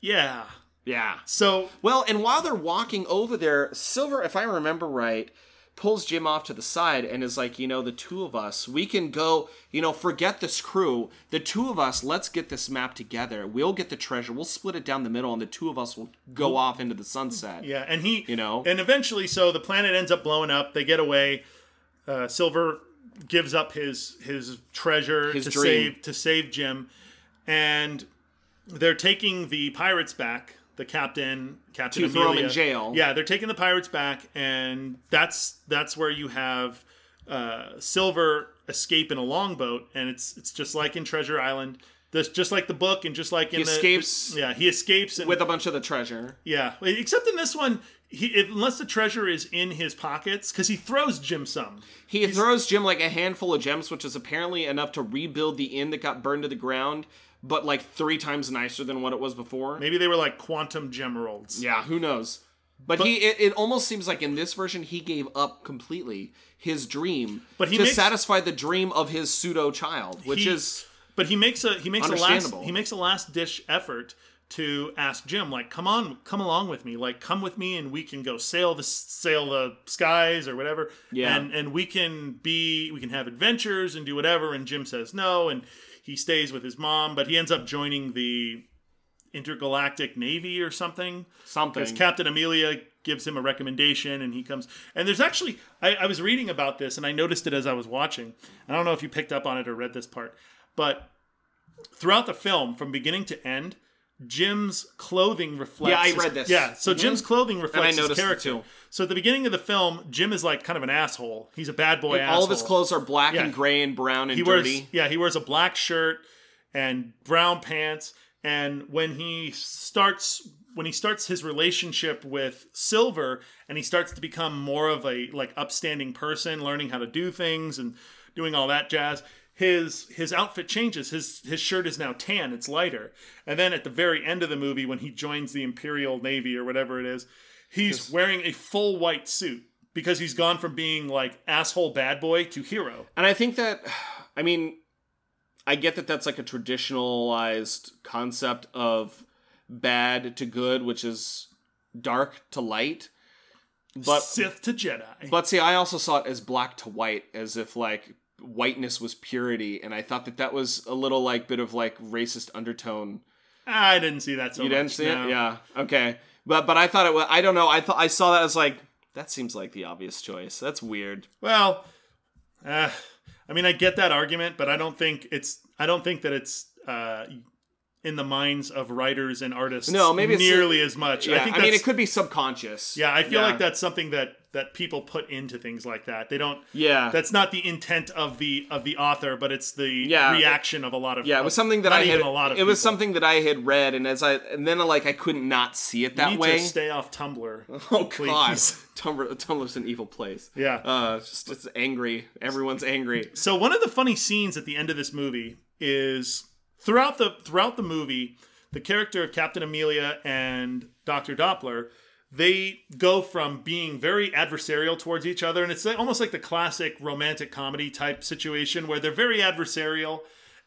C: Yeah.
D: Yeah.
C: So
D: well, and while they're walking over there, Silver, if I remember right, pulls Jim off to the side and is like, you know, the two of us, we can go, you know, forget this crew. The two of us, let's get this map together. We'll get the treasure. We'll split it down the middle, and the two of us will go off into the sunset.
C: Yeah, and he
D: you know,
C: and eventually, so the planet ends up blowing up. They get away. Uh, Silver gives up his his treasure
D: His
C: to
D: dream.
C: save to save Jim, and they're taking the pirates back. The captain, Captain
D: To throw him
C: Amelia.
D: in jail.
C: Yeah, they're taking the pirates back, and that's that's where you have uh, Silver escape in a longboat, and it's it's just like in Treasure Island. This just like the book, and just like in
D: He
C: the,
D: escapes
C: Yeah, he escapes and,
D: with a bunch of the treasure.
C: yeah, Wait, except in this one, he unless the treasure is in his pockets, because he throws Jim some.
D: He throws Jim like a handful of gems, which is apparently enough to rebuild the inn that got burned to the ground, but like three times nicer than what it was before.
C: Maybe they were like quantum gemeralds.
D: Yeah, who knows? But,
C: But-
D: he, it, it almost seems like in this version he gave up completely his dream,
C: But he
D: to
C: makes-
D: satisfy the dream of his pseudo child, which
C: He-
D: is
C: But he makes a he makes a last
D: Understandable.
C: he makes a last dish effort to ask Jim like, come on, come along with me, like come with me, and we can go sail the sail the skies or whatever.
D: Yeah.
C: and and we can be we can have adventures and do whatever. And Jim says no, and he stays with his mom, but he ends up joining the intergalactic navy or something.
D: Something.
C: Because Captain Amelia gives him a recommendation and he comes. And there's actually, I, I was reading about this and I noticed it as I was watching. I don't know if you picked up on it or read this part, but throughout the film, from beginning to end, Jim's clothing reflects.
D: Yeah, I
C: his-
D: read this.
C: Yeah, so
D: Mhm.
C: Jim's clothing
D: And I
C: reflects his
D: noticed it
C: character.
D: too.
C: So at the beginning of the film, Jim is like kind of an asshole. He's a bad boy.
D: and all of his
C: asshole.
D: clothes are black
C: Yeah.
D: and gray and brown and
C: he
D: dirty.
C: wears yeah he wears a black shirt and brown pants and when he starts when he starts his relationship with silver and he starts to become more of a like upstanding person learning how to do things and doing all that jazz his his outfit changes his his shirt is now tan it's lighter and then at the very end of the movie when he joins the imperial navy or whatever it is he's wearing a full white suit because he's gone from being like asshole bad boy to hero
D: And I think that, *sighs* I mean, I get that that's like a traditionalized concept of bad to good, which is dark to light. But
C: Sith to Jedi.
D: But see, I also saw it as black to white, as if like whiteness was purity, and I thought that that was a little like bit of like racist undertone.
C: I didn't see that so
D: you
C: much.
D: didn't see
C: no.
D: it, yeah, okay. But but I thought it was. I don't know. I thought I saw that as like that seems like the obvious choice. That's weird.
C: Well, uh, I mean, I get that argument, but I don't think it's. I don't think that it's uh, in the minds of writers and artists.
D: No, maybe it's-
C: nearly as much.
D: Yeah,
C: I think.
D: I mean,
C: that's-
D: it could be subconscious.
C: Yeah, I feel
D: Yeah.
C: like that's something that that people put into things like that. They don't.
D: Yeah.
C: that's not the intent of the of the author, but it's the
D: Yeah.
C: reaction of a lot of.
D: Yeah, it was something that
C: not
D: I had.
C: even a lot of.
D: it was
C: people.
D: something that I had read, and as I and then like I couldn't not see it that
C: you need
D: way.
C: To stay off Tumblr.
D: *laughs* Oh God,
C: please.
D: Tumblr, Tumblr's an evil place.
C: Yeah.
D: uh, it's just it's angry. Everyone's angry.
C: So one of the funny scenes at the end of this movie is throughout the throughout the movie, the character of Captain Amelia and Dr. Doppler, they go from being very adversarial towards each other and it's like- almost like the classic romantic comedy type situation where they're very adversarial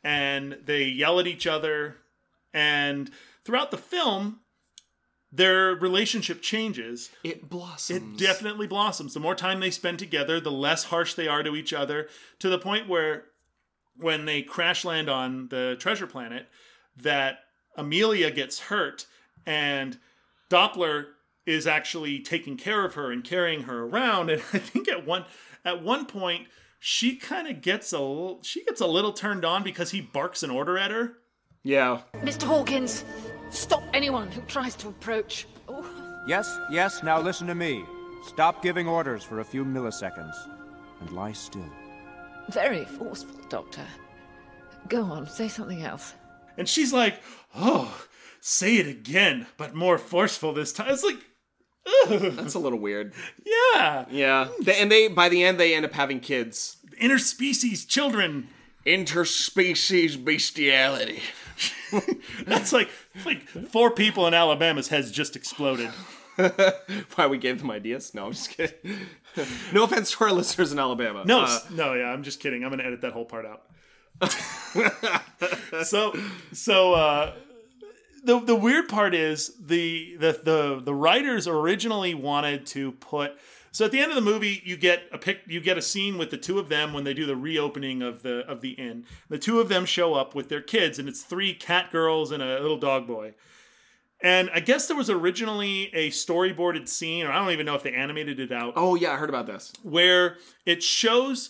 C: and they yell at each other and throughout the film their relationship changes.
D: It blossoms.
C: It definitely blossoms. The more time they spend together, the less harsh they are to each other, to the point where when they crash land on the treasure planet, that Amelia gets hurt and Doppler is *laughs* actually taking care of her and carrying her around. And I think at one at one point she kind of gets a l- she gets a little turned on because he barks an order at her.
D: Yeah.
M: Mr. Hawkins, stop anyone who tries to approach. Oh,
I: Yes, yes, now listen to me. Stop giving orders for a few milliseconds and lie still.
M: very forceful, Doctor. Go on, say something else.
C: And she's like, "Oh, say it again, but more forceful this time." It's like,
D: That's a little weird.
C: yeah,
D: Yeah. They, and they by the end they end up having kids. *laughs*
C: Interspecies children.
D: Interspecies bestiality.
C: *laughs* that's like like four people in Alabama's heads just exploded.
D: Why we gave them ideas? No, I'm just kidding. *laughs* no offense to our listeners in Alabama.
C: No,
D: Uh,
C: s- no, yeah, I'm just kidding. I'm gonna edit that whole
D: *laughs*
C: part out. so, so uh, the the weird part is the, the the the writers originally wanted to put. So at the end of the movie, you get a pic, you get a scene with the two of them when they do the reopening of the of the inn. The two of them show up with their kids, and it's three cat girls and a little dog boy. And I guess there was originally a storyboarded scene, or I don't even know if they animated it out.
D: Oh yeah, I heard about this.
C: Where it shows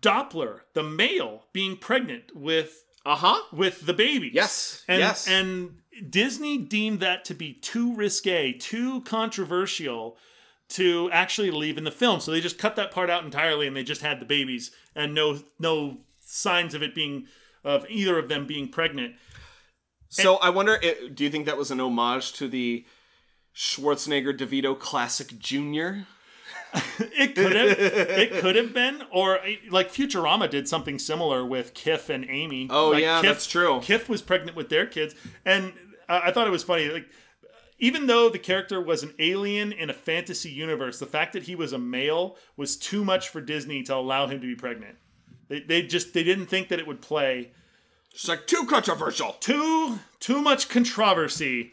C: Doppler, the male, being pregnant with
D: uh-huh
C: with the baby.
D: Yes.
C: And,
D: yes.
C: And Disney deemed that to be too risque, too controversial to actually leave in the film. So they just cut that part out entirely, and they just had the babies and no no signs of it being of either of them being pregnant.
D: So I wonder, i- do you think that was an homage to the Schwarzenegger DeVito classic Junior?
C: it could have it could have been or eh, like Futurama did something similar with Kiff and Amy.
D: Oh,
C: Like,
D: yeah, that's true.
C: Kiff was pregnant with their kids, and uh, I thought it was funny. Like even though the character was an alien in a fantasy universe, the fact that he was a male was too much for Disney to allow him to be pregnant. They, they just they didn't think that it would play.
D: It's like too controversial.
C: Too too much controversy.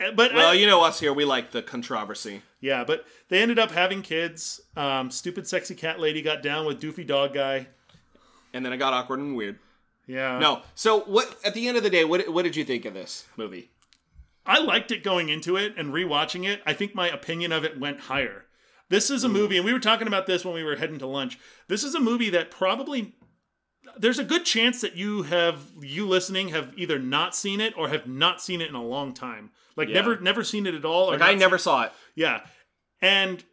C: Uh, But
D: well,
C: I-
D: you know us here, we like the controversy.
C: yeah, but they ended up having kids. Um, stupid sexy cat lady got down with doofy dog guy.
D: And then it got awkward and weird.
C: Yeah.
D: no, so what? At the end of the day, what what did you think of this movie?
C: I liked it going into it and rewatching it. I think my opinion of it went higher. This is a movie, and we were talking about this when we were heading to lunch. This is a movie that probably there's a good chance that you have you listening have either not seen it or have not seen it in a long time. Like
D: Yeah.
C: never never seen it at all. or
D: Like I
C: not
D: never saw it.
C: yeah. And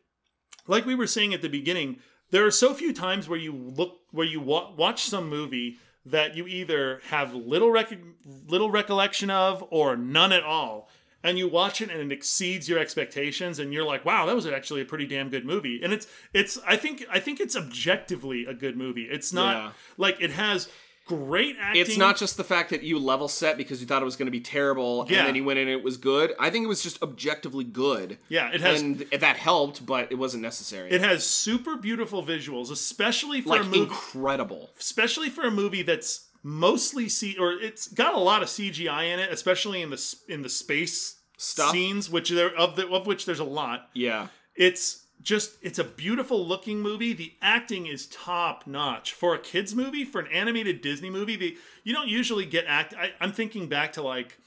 C: like we were saying at the beginning, there are so few times where you look where you wa- watch some movie that you either have little rec- little recollection of or none at all. And you watch it and it exceeds your expectations and you're like, "Wow, that was actually a pretty damn good movie." And it's it's I think I think it's objectively a good movie. It's not
D: Yeah.
C: like it has great acting.
D: It's not just the fact that you level set because you thought it was going to be terrible,
C: Yeah.
D: and then you went in and it was good. I think it was just objectively good.
C: Yeah, it has-
D: and that helped, but it wasn't necessary.
C: it has super beautiful visuals, especially for
D: like
C: a movie
D: incredible.
C: especially for a movie that's mostly C or it's got a lot of CGI in it, especially in the s- in the space
D: Stuff.
C: scenes, which there of the of which there's a lot.
D: Yeah.
C: It's just it's a beautiful looking movie. The acting is top notch for a kids movie, for an animated Disney movie. The you don't usually get act. I, I'm thinking back to like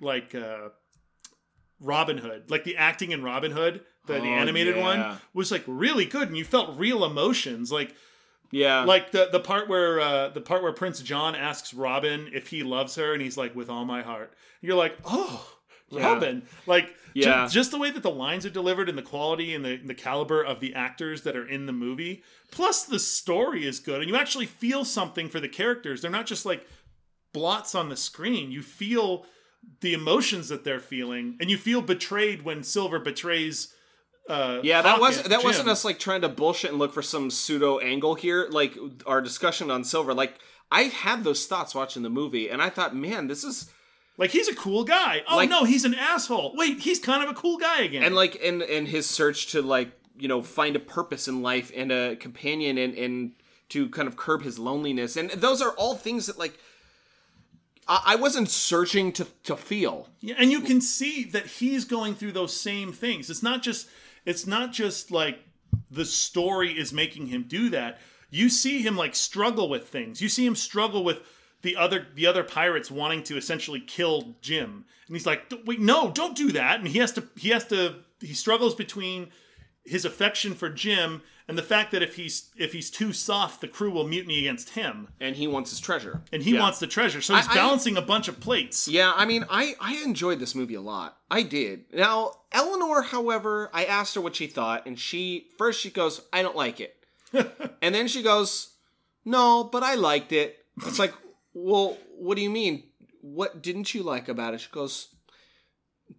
C: like uh, Robin Hood, like the acting in Robin Hood, the,
D: Oh,
C: the animated
D: yeah.
C: one was like really good, and you felt real emotions. Like
D: Yeah.
C: like the the part where uh, the part where Prince John asks Robin if he loves her, and he's like, "With all my heart." You're like, "Oh,
D: Yeah.
C: Robin!" Like, ju-
D: Yeah.
C: just, the way that the lines are delivered, and the quality, and the the caliber of the actors that are in the movie, plus the story is good, and you actually feel something for the characters. They're not just like blots on the screen. You feel the emotions that they're feeling, and you feel betrayed when Silver betrays. Uh,
D: Yeah, that
C: Hawkins,
D: was that wasn't
C: Jim.
D: us like trying to bullshit and look for some pseudo angle here. Like our discussion on Silver, like I had those thoughts watching the movie, and I thought, man, this is
C: Like he's a cool guy. Oh
D: Like-
C: no, he's an asshole. Wait, he's kind of a cool guy again.
D: and like in in his search to like you know find a purpose in life and a companion and and to kind of curb his loneliness, and those are all things that like I, I wasn't searching to to feel.
C: Yeah, and you can see that he's going through those same things. It's not just it's not just like the story is making him do that. You see him like struggle with things. You see him struggle with the other the other pirates wanting to essentially kill Jim. And he's like, "D- "Wait, no, don't do that." And he has to he has to he struggles between his affection for Jim and the fact that if he's if he's too soft, the crew will mutiny against him.
D: And he wants his treasure.
C: And he
D: Yeah.
C: wants the treasure. So he's
D: I- I-
C: balancing a bunch of plates.
D: Yeah, I mean, I I enjoyed this movie a lot. I did. Now, Eleanor, however, I asked her what she thought, and she first she goes, "I don't like
C: *laughs*
D: it," and then she goes, "No, but I liked it." It's like, well, what do you mean? What didn't you like about it? She goes,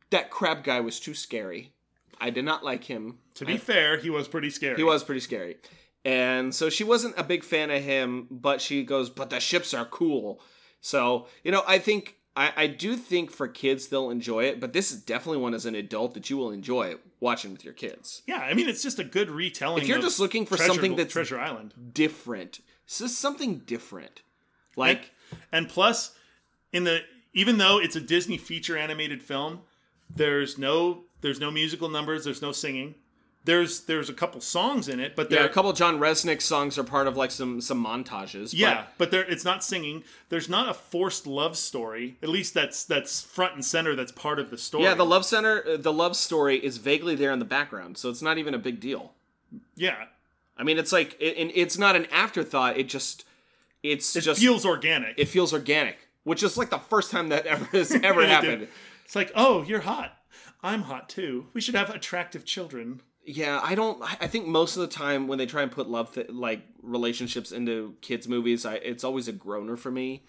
D: "That crab guy was too scary. I did not like him."
C: To be
D: I-
C: fair, he was pretty scary.
D: he was pretty scary. And so she wasn't a big fan of him, but she goes, But the ships are cool. So, you know, I think, I, I do think for kids, they'll enjoy it, but this is definitely one as an adult that you will enjoy watching with your kids.
C: Yeah, I mean it's just a good retelling.
D: If you're
C: of
D: just looking for
C: Treasure-
D: something that's
C: Treasure Island.
D: different, this is something different. Like,
C: and, and plus, in the even though it's a Disney feature animated film, there's no there's no musical numbers, there's no singing. There's there's a couple songs in it, but
D: There
C: they're
D: are a couple John Resnick songs are part of like some some montages. but-
C: Yeah, but, there it's not singing. There's not a forced love story. At least that's that's front and center. That's part of the story.
D: yeah, the love center, uh, the love story is vaguely there in the background, so it's not even a big deal.
C: yeah.
D: I mean, it's like, it, and it's not an afterthought. It just, it's
C: It
D: just
C: feels organic.
D: It feels organic, which is like the first time that ever
C: *laughs*
D: has
C: It
D: ever
C: did.
D: happened.
C: It's like, oh, you're hot. I'm hot too. We should have attractive children.
D: Yeah, I don't. I I think most of the time when they try and put love th- like relationships into kids movies, I, it's always a groaner for
C: *laughs*
D: me.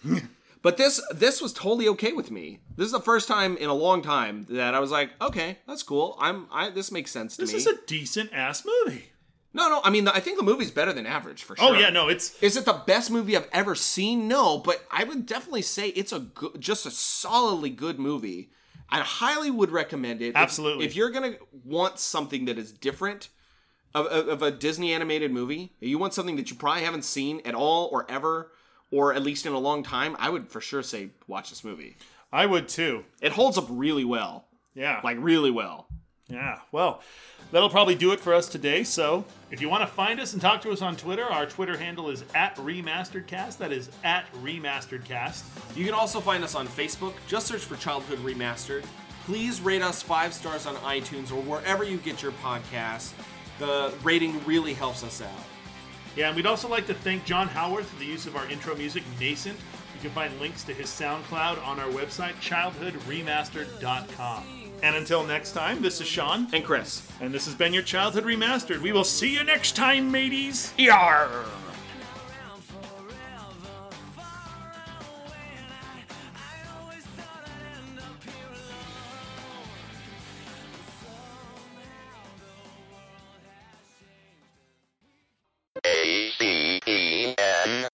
D: but this this was totally okay with me. This is the first time in a long time that I was like, okay, that's cool. I'm I this makes sense to
C: This
D: me.
C: is a decent ass movie.
D: no, no. I mean, I think the movie's better than average for
C: Oh,
D: sure.
C: yeah, no, it's
D: is it the best movie I've ever seen? No, but I would definitely say it's a good, just a solidly good movie. I highly would recommend it. If-
C: Absolutely.
D: If, you're gonna want something that is different of, of, of a Disney animated movie, you want something that you probably haven't seen at all or ever, or at least in a long time, I would for sure say watch this movie.
C: I would too.
D: It holds up really well,
C: Yeah.
D: like really well.
C: Yeah, well, that'll probably do it for us today. So, if you want to find us and talk to us on Twitter, our Twitter handle is at RemasteredCast. That is at RemasteredCast.
D: You can also find us on Facebook. Just search for Childhood Remastered. Please rate us five stars on iTunes or wherever you get your podcasts. The rating really helps us out.
C: Yeah, and we'd also like to thank John Howard for the use of our intro music, Nascent. You can find links to his SoundCloud on our website, childhoodremastered.com. And until next time, this is Sean.
D: And Chris.
C: And this has been your Childhood Remastered. We will see you next time, mateys. Yarr!
O: A C E N